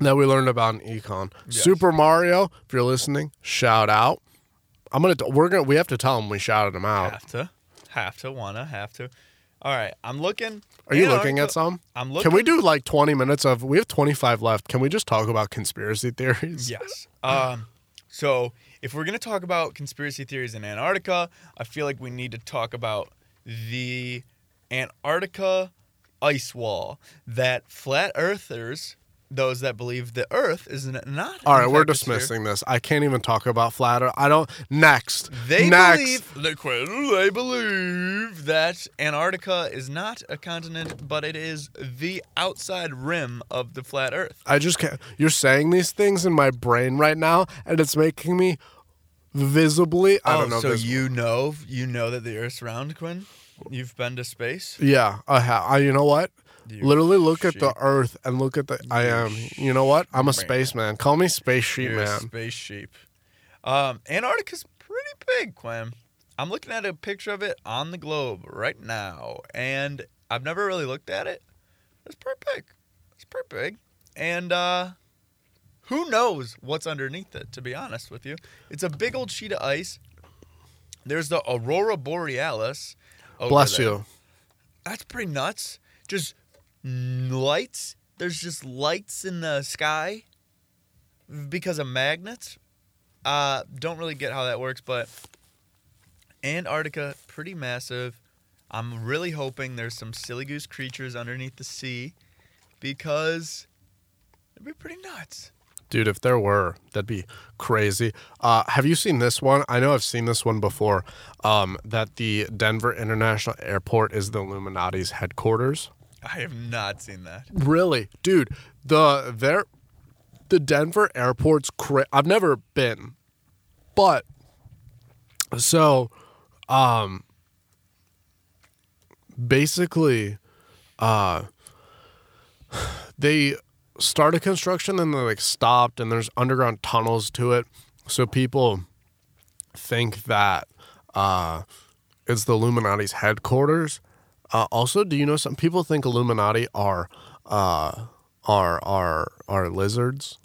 that we learned about in econ. Yes. Super Mario, if you're listening, shout out. I'm gonna we're gonna we have to tell him we shouted him out. have to, have to, wanna, have to. All right, I'm looking. Are you in an looking article- at some? I'm looking. Can we do like 20 minutes of? We have 25 left. Can we just talk about conspiracy theories? Yes. Um, so if we're gonna talk about conspiracy theories in Antarctica, I feel like we need to talk about the Antarctica ice wall that flat earthers, those that believe the Earth is n- not. All right, in we're fact a sphere, dismissing this. I can't even talk about flat Earth. I don't. Next. They Next. believe they, quote, they believe that Antarctica is not a continent, but it is the outside rim of the flat Earth. I just can't. You're saying these things in my brain right now, and it's making me visibly. I don't know. if Oh, So this- you know, you know that the Earth's round, Quinn. You've been to space. yeah, I have. I, you know what? You Literally look at the sheep. Earth and look at the. I am. You know what? I'm a spaceman. Call me space sheep You're a man. space sheep. Um, Antarctica's pretty big, Quinn. I'm looking at a picture of it on the globe right now, and I've never really looked at it. It's pretty big. It's pretty big, and uh, who knows what's underneath it? To be honest with you, it's a big old sheet of ice. There's the aurora borealis. over Bless there. you. That's pretty nuts. Just n- lights. There's just lights in the sky because of magnets. Uh, don't really get how that works, but Antarctica, pretty massive. I'm really hoping there's some silly goose creatures underneath the sea because it'd be pretty nuts. Dude, if there were, that'd be crazy. Uh, have you seen this one? I know I've seen this one before. Um, that the Denver International Airport is the Illuminati's headquarters. I have not seen that. Really, dude, the there, the Denver airport's cra- I've never been, but so, um, basically, uh, they started construction and they like stopped, and there's underground tunnels to it, so people think that uh, it's the Illuminati's headquarters. Uh, also, do you know some people think Illuminati are uh, are are are lizards?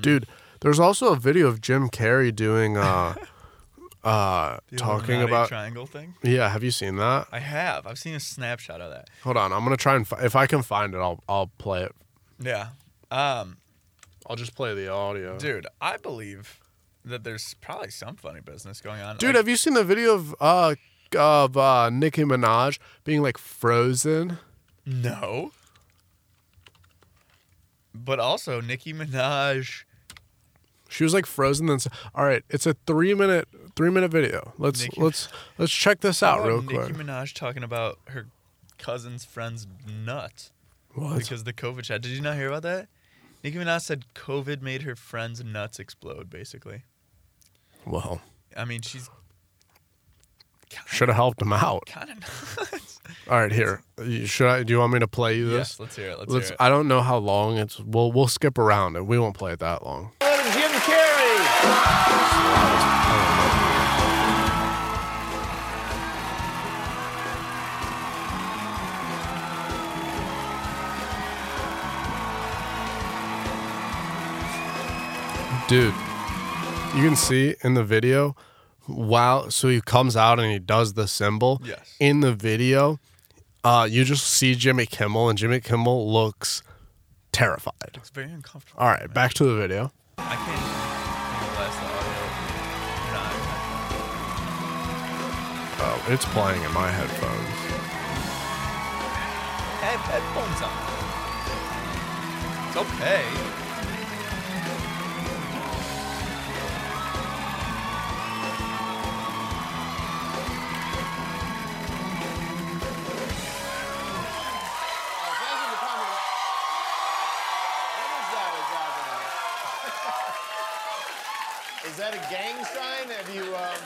Dude, there's also a video of Jim Carrey doing uh, uh, The talking Illuminati about. triangle thing. yeah, have you seen that? I have. I've seen a snapshot of that. Hold on, I'm gonna try and fi- if I can find it, I'll I'll play it. Yeah. Um, I'll just play the audio. Dude, Dude, I believe that there's probably some funny business going on. have you seen the video of uh of uh, Nicki Minaj being like frozen? no. But also, Nicki Minaj. She was like frozen. Then, s- all right, it's a three minute three minute video. Let's Nicki- let's let's check this out Oh, real Nicki quick. Minaj talking about her cousin's friend's nuts What? because the COVID shot. Did you not hear about that? Nicki Minaj said COVID made her friend's nuts explode. Basically, Well, I mean she's should have helped him out. kind of nuts. All right, here. You- Should I? Do you want me to play you Yes, this? let's hear it. Let's, let's. hear it. I don't know how long it's. We'll we'll skip around it. We won't play it that long. Jim Carrey. dude you can see in the video wow so he comes out and he does the symbol Yes. in the video Uh, you just see Jimmy Kimmel, and Jimmy Kimmel looks terrified. It's very uncomfortable. All right, back to the video. I can't even blast the audio. Oh, it's playing in my headphones. I have headphones on. It's okay. Is that a gang sign? Have you, um,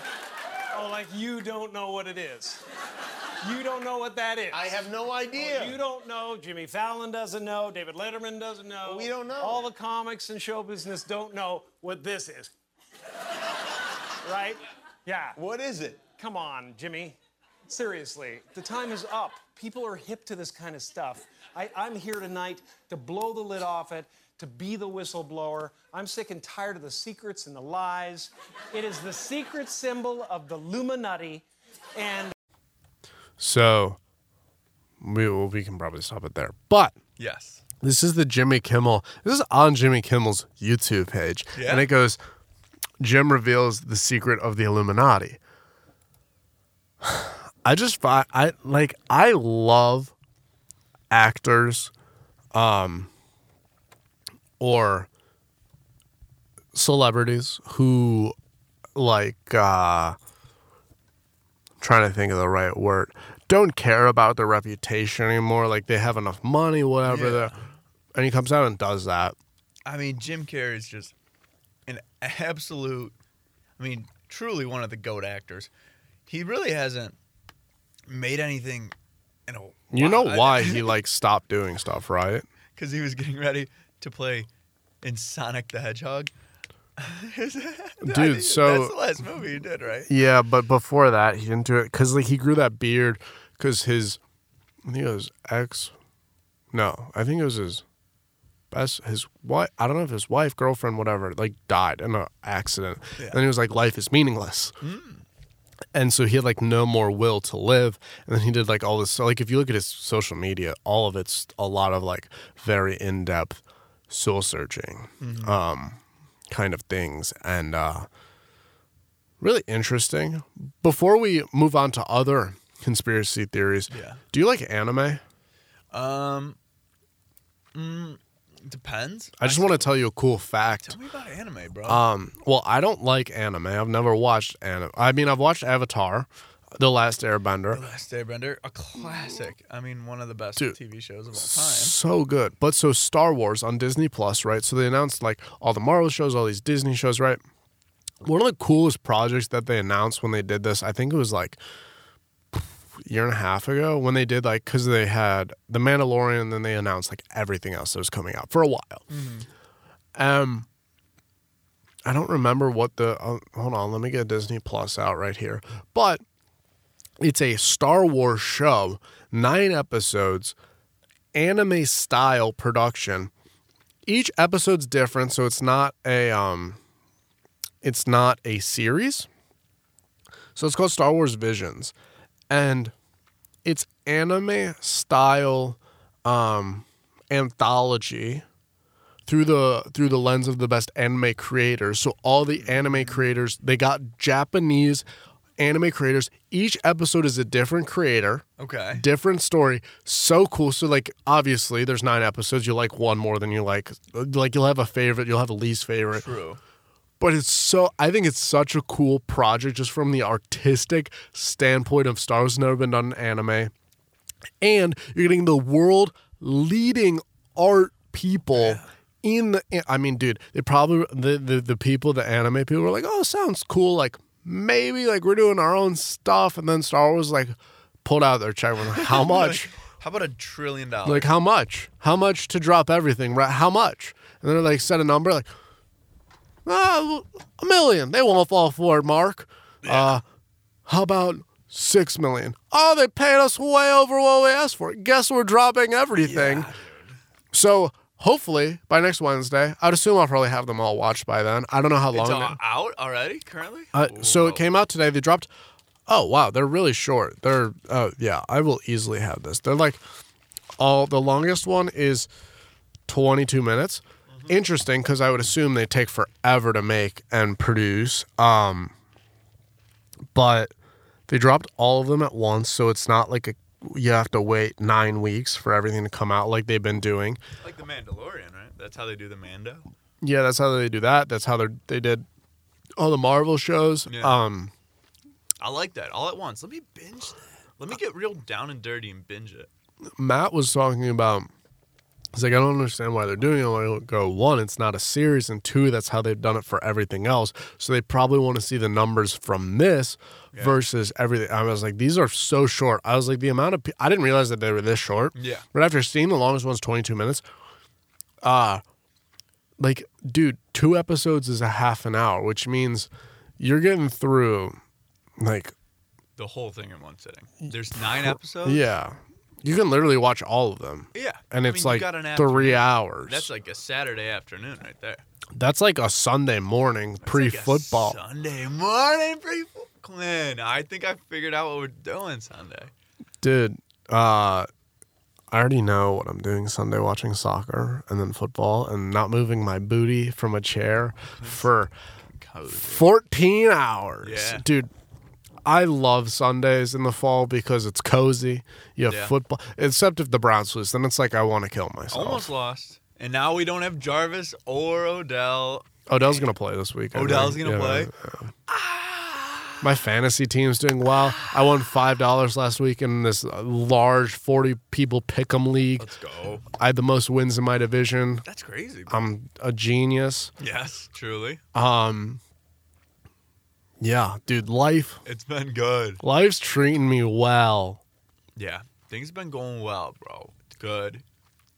Oh, like you don't know what it is. You don't know what that is. I have no idea. You don't know. Jimmy Fallon doesn't know. David Letterman doesn't know. We don't know. All the comics and show business don't know what this is. right? Yeah. What is it? Come on, Jimmy. Seriously, the time is up. People are hip to this kind of stuff. I, I'm here tonight to blow the lid off it, to be the whistleblower. I'm sick and tired of the secrets and the lies. It is the secret symbol of the Luminati, and So we well, we can probably stop it there. But Yes. this is the Jimmy Kimmel. This is on Jimmy Kimmel's YouTube page, Yeah. and it goes, "Jim reveals the secret of the Illuminati." I just find I like I love actors, um, or celebrities who like uh trying to think of the right word don't care about their reputation anymore like they have enough money whatever Yeah. they're and he comes out and does that I mean, Jim Carrey is just an absolute. I mean, truly one of the goat actors. He really hasn't made anything in a. you know why he like stopped doing stuff right Because he was getting ready to play in Sonic the Hedgehog. Dude, so- that's the last movie he did, right? yeah but before that he didn't do it because like he grew that beard because his i think it was ex no i think it was his best his wife i don't know if his wife girlfriend whatever like died in an accident Yeah. and he was like life is meaningless and so he had like no more will to live and then he did like all this so like if you look at his social media all of it's a lot of like very in-depth soul searching Mm-hmm. um kind of things and uh really interesting before we move on to other conspiracy theories Yeah. do you like anime Um, mm, depends. i just want to tell you a cool fact Tell me about anime, bro. Um, well, I don't like anime. I've never watched anime. I mean, I've watched Avatar, The Last the Airbender. Last Airbender, a classic. I mean, one of the best Dude. TV shows of all time. So good. But so Star Wars on Disney Plus, right? So they announced like all the Marvel shows, all these Disney shows, right? One of the coolest projects that they announced when they did this, I think it was like a year and a half ago when they did like because they had The Mandalorian and then they announced like everything else that was coming out for a while. Um, I don't remember what the. Uh, hold on, let me get Disney Plus out right here. But it's a Star Wars show, nine episodes, anime style production. Each episode's different, so it's not a um, it's not a series. So it's called Star Wars Visions, and it's anime style um, anthology through the through the lens of the best anime creators. So all the anime creators, they got Japanese anime creators. Each episode is a different creator, Okay. different story. So cool. So like obviously there's 9 episodes. You like one more than you like like you'll have a favorite, you'll have a least favorite. True. But it's so I think it's such a cool project just from the artistic standpoint of Star Wars never been done in anime. And you're getting the world leading art people in the I mean, dude, they probably the, the the people, the anime people were like, Oh, sounds cool, like maybe like we're doing our own stuff and then Star Wars like pulled out their check like, how much? How about a trillion dollars? Like how much? How much to drop everything? Right? How much? And they're like set a number like ah, a million. They won't fall for it, Mark. Uh, how about six million? Oh, they paid us way over what we asked for. Guess we're dropping everything. so hopefully by next Wednesday, I'd assume I'll probably have them all watched by then. I don't know how long. it's they- all out already currently. uh, so Whoa. it came out today. They dropped Oh wow, they're really short. They're uh, yeah, I will easily have this. They're like all the longest one is 22 minutes. Mm-hmm. Interesting because I would assume they take forever to make and produce. Um, but they dropped all of them at once, so it's not like a you have to wait nine weeks for everything to come out like they've been doing. Like the Mandalorian, right? That's how they do the Mando. Yeah, that's how they do that. That's how they they did all the Marvel shows. Yeah. Um, I like that all at once. Let me binge that. Let me get real down and dirty and binge it. Matt was talking about. He's like, I don't understand why they're doing it. I go, one, it's not a series, and two, that's how they've done it for everything else. So they probably want to see the numbers from this versus everything. I was like, these are so short. I was like, the amount of pe- I didn't realize that they were this short. Yeah. But after seeing the longest one's 22 minutes, uh, like, dude, two episodes is a half an hour, which means you're getting through, like, The whole thing in one sitting. There's nine episodes. yeah, you can literally watch all of them. Yeah. and I it's mean, you like got an afternoon. three hours. That's like a Saturday afternoon right there. That's like a Sunday morning pre Like a football. Sunday morning pre Clint, I think I figured out what we're doing Sunday. Dude, uh, I already know what I'm doing Sunday watching soccer and then football and not moving my booty from a chair for 14 hours. Yeah. Dude, I love Sundays in the fall because it's cozy. You have Yeah. football, except if the Browns lose, then it's like I want to kill myself. Almost lost. And now we don't have Jarvis or Odell. Odell's going to play this week. I Odell's think. gonna Yeah. play. My fantasy team's doing well. I won five dollars last week in this large forty people pick'em league. Let's go. I had the most wins in my division. That's crazy. bro. I'm a genius. Um, yes, truly. Yeah, dude, life It's been good. life's treating me well. Yeah, things have been going well, bro. It's good.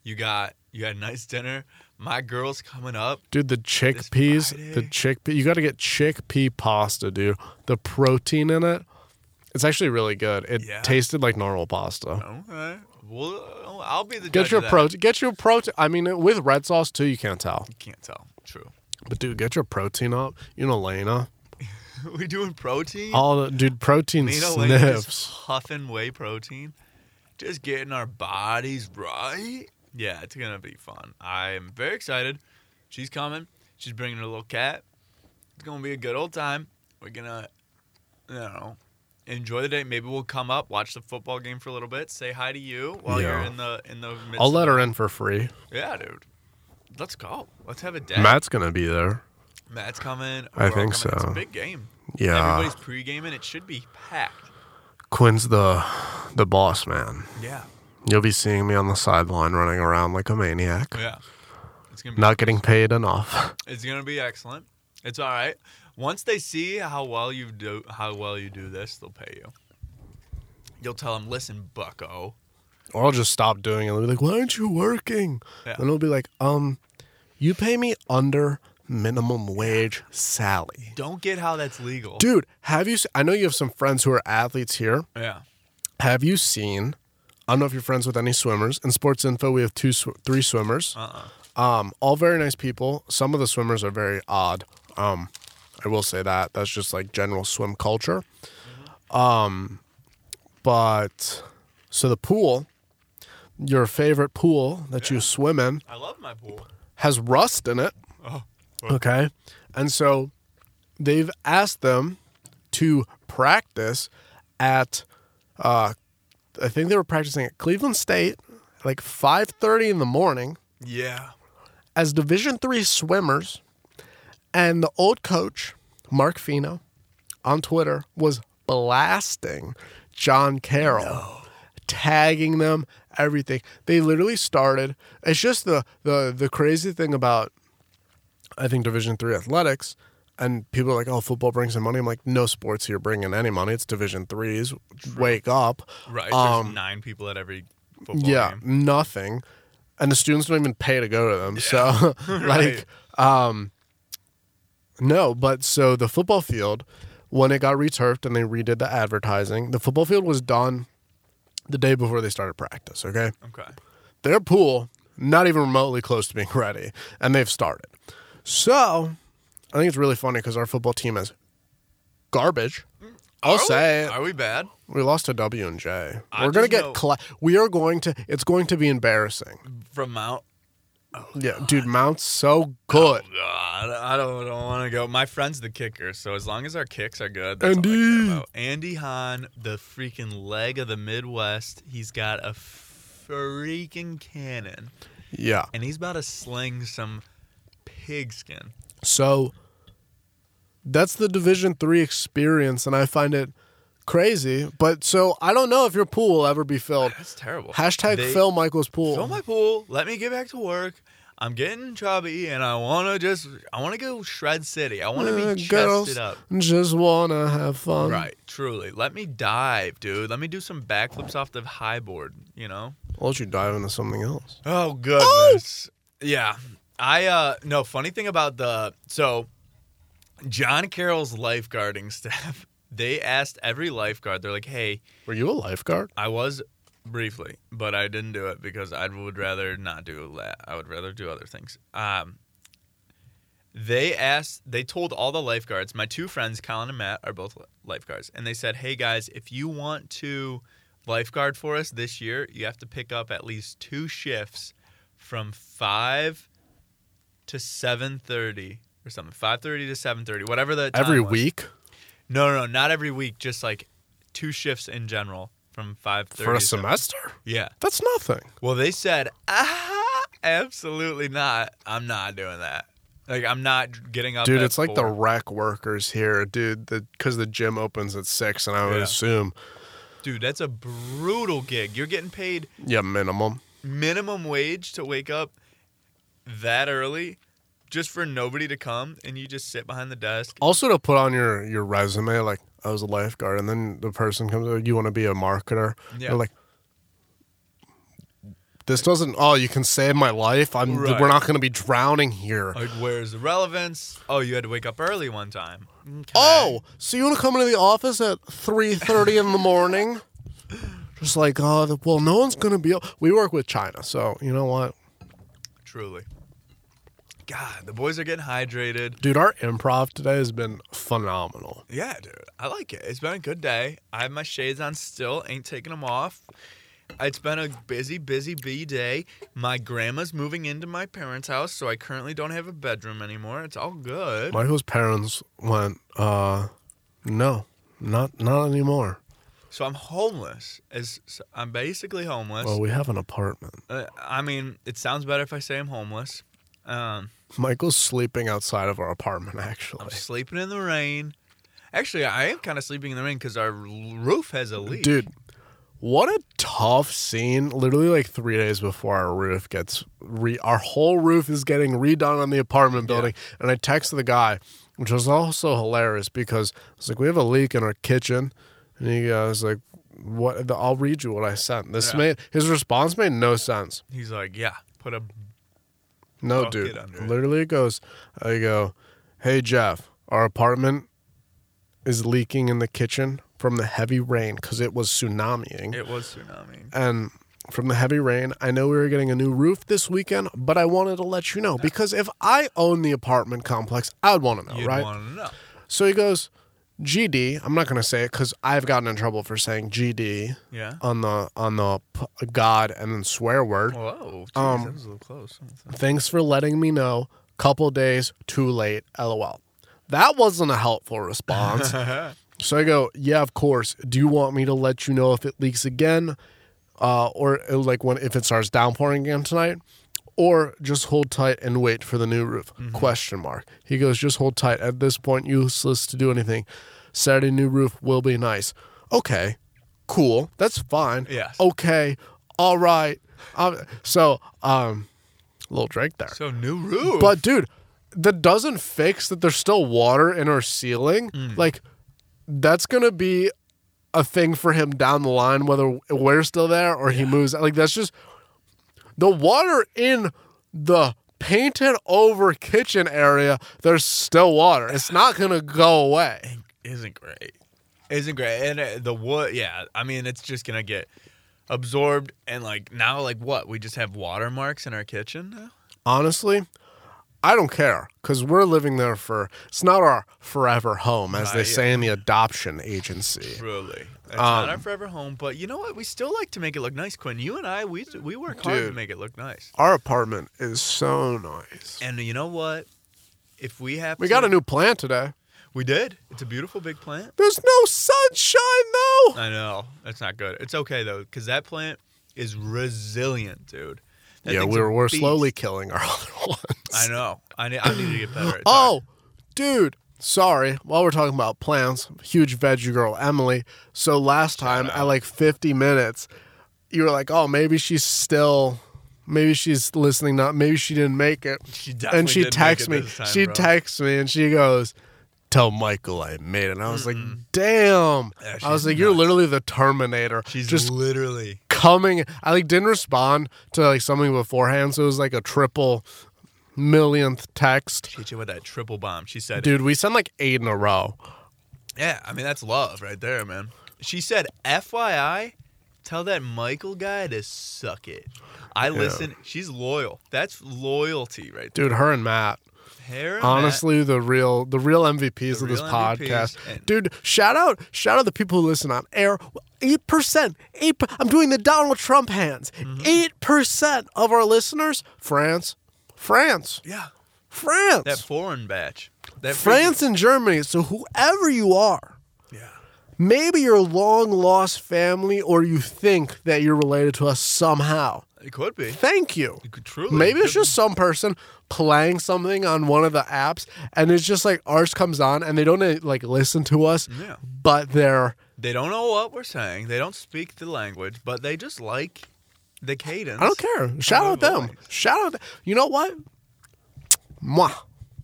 You got you had a nice dinner. My girl's coming up. Dude, the chickpeas, the Friday? chickpea, you got to get chickpea pasta, dude. The protein in it, it's actually really good. It Yeah. tasted like normal pasta. Okay. Well, I'll be the judge Get your of that. protein. Get your protein. I mean, with red sauce too, you can't tell. Can't tell. True. But dude, get your protein up. You know, Lena. we doing protein? All the dude, protein Lena Lane just sniffs. huffing whey protein, just getting our bodies right. Yeah, it's gonna be fun. I am very excited. She's coming. She's bringing her little cat. It's gonna be a good old time. We're gonna, you know, enjoy the day. Maybe we'll come up, watch the football game for a little bit, say hi to you while you're Yeah. in the in the. Midst I'll let of- her in for free. Yeah, dude. Let's go. Let's have a day. Matt's gonna be there. Matt's coming. I We're all think coming. It's a so. big game. Yeah, Everybody's pre-gaming. It should be packed. Quinn's the the boss man. Yeah. You'll be seeing me on the sideline running around like a maniac, Yeah. It's gonna be not getting paid enough. It's gonna be excellent. It's all right. Once they see how well you do how well you do this, they'll pay you. You'll tell them, "Listen, Bucko, Or I'll just stop doing it. They'll be like, "Why aren't you working?" Yeah. And it'll be like, "Um, you pay me under minimum wage, Sally." don't get how that's legal." Dude, have you? s- I know you have some friends who are athletes here. Yeah, Have you seen? I don't know if you're friends with any swimmers. In Sports Info, we have two, sw- three swimmers. Um, all very nice people. Some of the swimmers are very odd. Um, I will say that. That's just like general swim culture. Um, but so the pool, your favorite pool that you swim in, I love my pool. has rust in it. Oh. Okay. And so they've asked them to practice at uh I think they were practicing at Cleveland State like 5:30 in the morning Yeah, as Division 3 swimmers and the old coach Mark Fino on Twitter was blasting John Carroll tagging them everything they literally started it's just the the the crazy thing about I think Division three athletics, and people are like, "Oh, football brings in money." I'm like, "No sports here bring in any money. It's Division threes. Wake up." right. Um, There's nine people at every football yeah, game. nothing, and the students don't even pay to go to them. So, like, Right. um, no. But so the football field, when it got returfed and they redid the advertising, the football field was done the day before they started practice. Okay, Okay. their pool not even remotely close to being ready, and they've started. So I think it's really funny because our football team is garbage. I'll Are we- say it. Are we bad? We lost to W and J. I We're gonna just get know- cla- we are going to it's going to be embarrassing. From Mount? Yeah, dude, Mount's so good. God, I don't, don't want to go. My friend's the kicker, so as long as our kicks are good, that's all I care Andy. about. Andy Hahn, the freaking leg of the Midwest, he's got a freaking cannon, Yeah. and he's about to sling some pigskin. So that's the Division Three experience, and I find it crazy. But so I don't know if your pool will ever be filled. That's terrible. Hashtag They- Phil Michaels pool. Fill my pool. Let me get back to work. I'm getting chubby, and I want to just, I want to go shred city. I want to Uh, be girls chested up. just wanna have fun. Right, truly. Let me dive, dude. Let me do some backflips off the high board, you know? I'll let you dive into something else. Oh goodness. Yeah. I uh no, funny thing about the so John Carroll's lifeguarding staff, they asked every lifeguard, they're like, Hey, Were you a lifeguard? I was briefly, but I didn't do it because I would rather not do that. I would rather do other things. Um they asked they told all the lifeguards my two friends colin and matt are both lifeguards and they said hey guys if you want to lifeguard for us this year you have to pick up at least two shifts from 5 to 7.30 or something 5.30 to 7.30 whatever the time Every was. week no no no not every week just like two shifts in general from 5.30 for a to 7. semester? yeah That's nothing. well, they said, ah, absolutely not. I'm not doing that. Like, I'm not getting up. Dude, at it's like the four. rack workers here, dude. Because the, gym opens at six, and I would Yeah. assume, dude. That's a brutal gig. You're getting paid yeah, minimum. minimum wage to wake up that early, just for nobody to come, and you just sit behind the desk. Also, to put on your your resume, like I was a lifeguard, and then the person comes, over, you want to be a marketer? Yeah. They're like, this doesn't. Oh, you can save my life. I'm. Right. We're not going to be drowning here. Like, where's the relevance? Oh, you had to wake up early one time. Okay. Oh, so you want to come into the office at three thirty in the morning? Just like, oh, the- well, no one's going to be. We work with China, so you know what, truly. God, the boys are getting hydrated. dude. Our improv today has been phenomenal. Yeah, dude. I like it. It's been a good day. I have my shades on still, ain't taking them off. It's been a busy, busy bee day. My grandma's moving into my parents' house, so I currently don't have a bedroom anymore. It's all good. Michael's parents went, uh, no, not not anymore. So I'm homeless. As so I'm basically homeless. Well, we have an apartment. Uh, I mean, it sounds better if I say I'm homeless. Um, Michael's sleeping outside of our apartment, actually. sleeping in the rain. Actually, I am kind of sleeping in the rain because our roof has a leak. Dude, what a tough scene. Literally, like three days before our roof gets re, our whole roof is getting redone on the apartment building. And I texted the guy, which was also hilarious because it's like, we have a leak in our kitchen. And he goes, like, what? I'll read you what I sent. This Yeah. made his response made no sense. he's like, "Yeah, put a No, Bucket dude. under it. Literally, it goes, I go, hey, Jeff, our apartment is leaking in the kitchen from the heavy rain because it was tsunamiing. it was tsunami." and from the heavy rain, I know we were getting a new roof this weekend, but I wanted to let you know because if I own the apartment complex, I would want to know, You'd right? want to know. so he goes, GD, I'm not going to say it because I've gotten in trouble for saying GD Yeah. on the on the p- God and then swear word. Whoa, geez, Um, that was a little close. Thanks for letting me know. Couple days too late. LOL. That wasn't a helpful response. so I go, yeah, of course. Do you want me to let you know if it leaks again, uh, or uh, like when if it starts downpouring again tonight, or just hold tight and wait for the new roof? Question mark. He goes, just hold tight. At this point, useless to do anything. Saturday new roof will be nice. Okay, cool. That's fine. Yes. Okay. All right. Um, so um, little Drake there. So new roof. But dude, that doesn't fix that there's still water in our ceiling. Like that's gonna be a thing for him down the line, whether we're still there or he moves. Like that's just the water in the painted over kitchen area. There's still water. It's not gonna go away. isn't great. Isn't great. And uh, the wood, yeah. I mean, it's just gonna get absorbed and like now, like what? We just have watermarks in our kitchen now. Honestly, I don't care because we're living there for it's not our forever home, as they Right. say in the adoption agency. Truly, it's Um, not our forever home, but you know what? We still like to make it look nice, Quinn. You and I, we we work hard to Dude. make it look nice. Our apartment is so nice. And you know what? If we have, We to- got a new plant today. We did. It's a beautiful big plant. There's no sunshine though. I know that's not good. It's okay though, because that plant is resilient, dude. That yeah, thing's we're a we're beast. slowly killing our other ones. I know. I need. I need to get better. At Oh, dude. Sorry. While we're talking about plants, huge veggie girl Emily. So last time at like 50 minutes, you were like, "Oh, maybe she's still, maybe she's listening. Not maybe she didn't make it." She and definitely she didn't make texts it me. this time, she bro. texts me and she goes, "Tell Michael I made it." And I was like, "Damn!" Yeah, I was she's like, "You're nuts. literally the Terminator." She's just literally. coming. I like didn't respond to like something beforehand, so it was like a triple millionth text. Hit you with that triple bomb. She said, Dude, we sent like eight in a row. "Yeah, I mean that's love right there, man." She said, "FYI, tell that Michael guy to suck it." I listen. She's loyal. That's loyalty right there. Dude, her and Matt. Hair and that- Honestly, the real the real MVPs The of this real podcast. MVPs, and- Dude, shout out shout out the people who listen on air. Eight percent, eight. per- I'm doing the Donald Trump hands. Mm-hmm. 8 percent of our listeners, France, France, yeah, France, that foreign batch. That France, and Germany. So whoever you are, Yeah. maybe your long lost family, or you think that you're related to us somehow. It could be. Thank you. It could- truly. Maybe it it's could just some person playing something on one of the apps, and it's just like ours comes on, and they don't uh, like listen to us, Yeah. but they're They don't know what we're saying. They don't speak the language, but they just like the cadence. I don't care. Shout out our them. voice. Shout out. th- You know what? Mwah.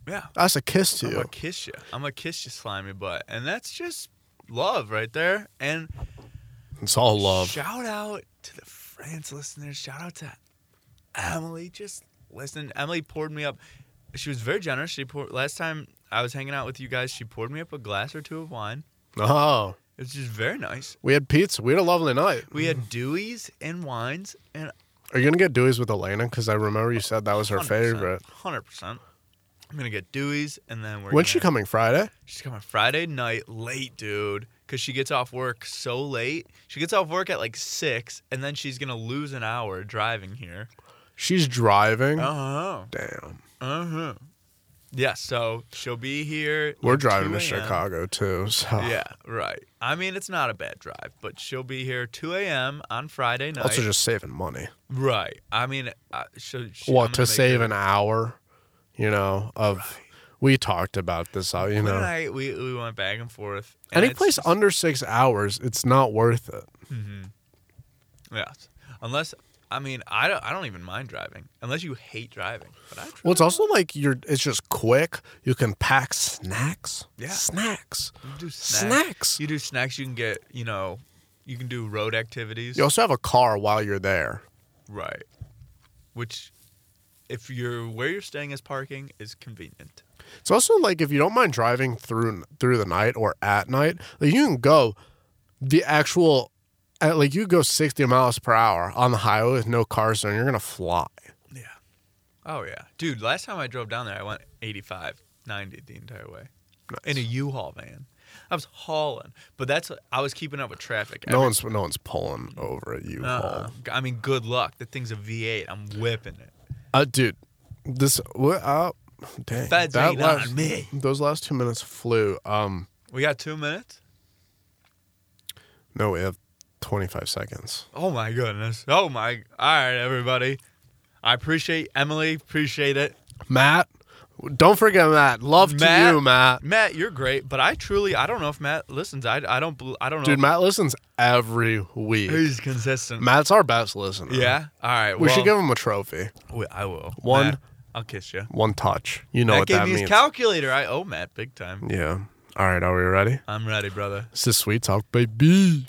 Yeah. That's a kiss to I'm you. gonna kiss you. I'm gonna kiss you, slimy butt, and that's just love right there. And It's all love. shout out to the France listeners. Shout out to Emily. Just listen. Emily poured me up. She was very generous. She poured last time I was hanging out with you guys. She poured me up a glass or two of wine. Oh, It was just very nice. we had pizza. We had a lovely night. We had Dewey's and wines, and Are you gonna get Dewey's with Elena? Because I remember you said that was her favorite. Hundred percent. I'm gonna get Dewey's, and then we're. When's she gonna- coming? Friday. She's coming Friday night, late, dude. Cause she gets off work so late. She gets off work at like six, and then she's gonna lose an hour driving here. She's driving. Uh Oh. huh. Damn. Uh huh. Yeah. So she'll be here. We're like, driving 2 to a.m.. Chicago too. So. Yeah. Right. I mean, it's not a bad drive, but she'll be here 2 a.m. on Friday night. Also, just saving money. right. I mean, I, so she, I'm Well, gonna to make save her- an hour, you know, of we talked about this, uh, you Quinn know, and I, we we went back and forth. and any it's place just- under six hours, it's not worth it. Yeah. Unless I mean I don't I don't even mind driving unless you hate driving. But I drive. Well, it's also like you're, it's just quick. You can pack snacks. Yeah. Snacks. you do snacks. You do snacks. You can get you know you can do road activities. You also have a car while you're there. Right. Which if you're where you're staying is parking is convenient. It's also like if you don't mind driving through through the night or at night, like you can go the actual, at, like you could go 60 miles per hour on the highway with no cars there, and you're going to fly. Yeah. Oh yeah, dude. Last time I drove down there, I went 85, 90 the entire way in a U-Haul van. I was hauling, but that's I was keeping up with traffic. No one's, no one's pulling over at you. Uh, I mean, good luck. The thing's a V8. I'm whipping it. Uh, dude, this what? Uh, dang, Feds that ain't last- on me. Those last two minutes flew. Um, We got two minutes. no, we have twenty five seconds. Oh my goodness. Oh my. All right, everybody. I appreciate Emily. Appreciate it. Matt, don't forget Matt. Love Matt, to you, Matt. Matt, you're great, but I truly, I don't know if Matt listens. I, I don't, bel- I don't know. Dude, if Matt listens every week. he's consistent. Matt's our best listener. yeah. All right. we well, should give him a trophy. we- I will. one- Matt, I'll kiss you. One touch. You know Matt what gave that me means. his calculator. I owe Matt big time. yeah. All right, are we ready? I'm ready, brother. This is sweet talk, baby.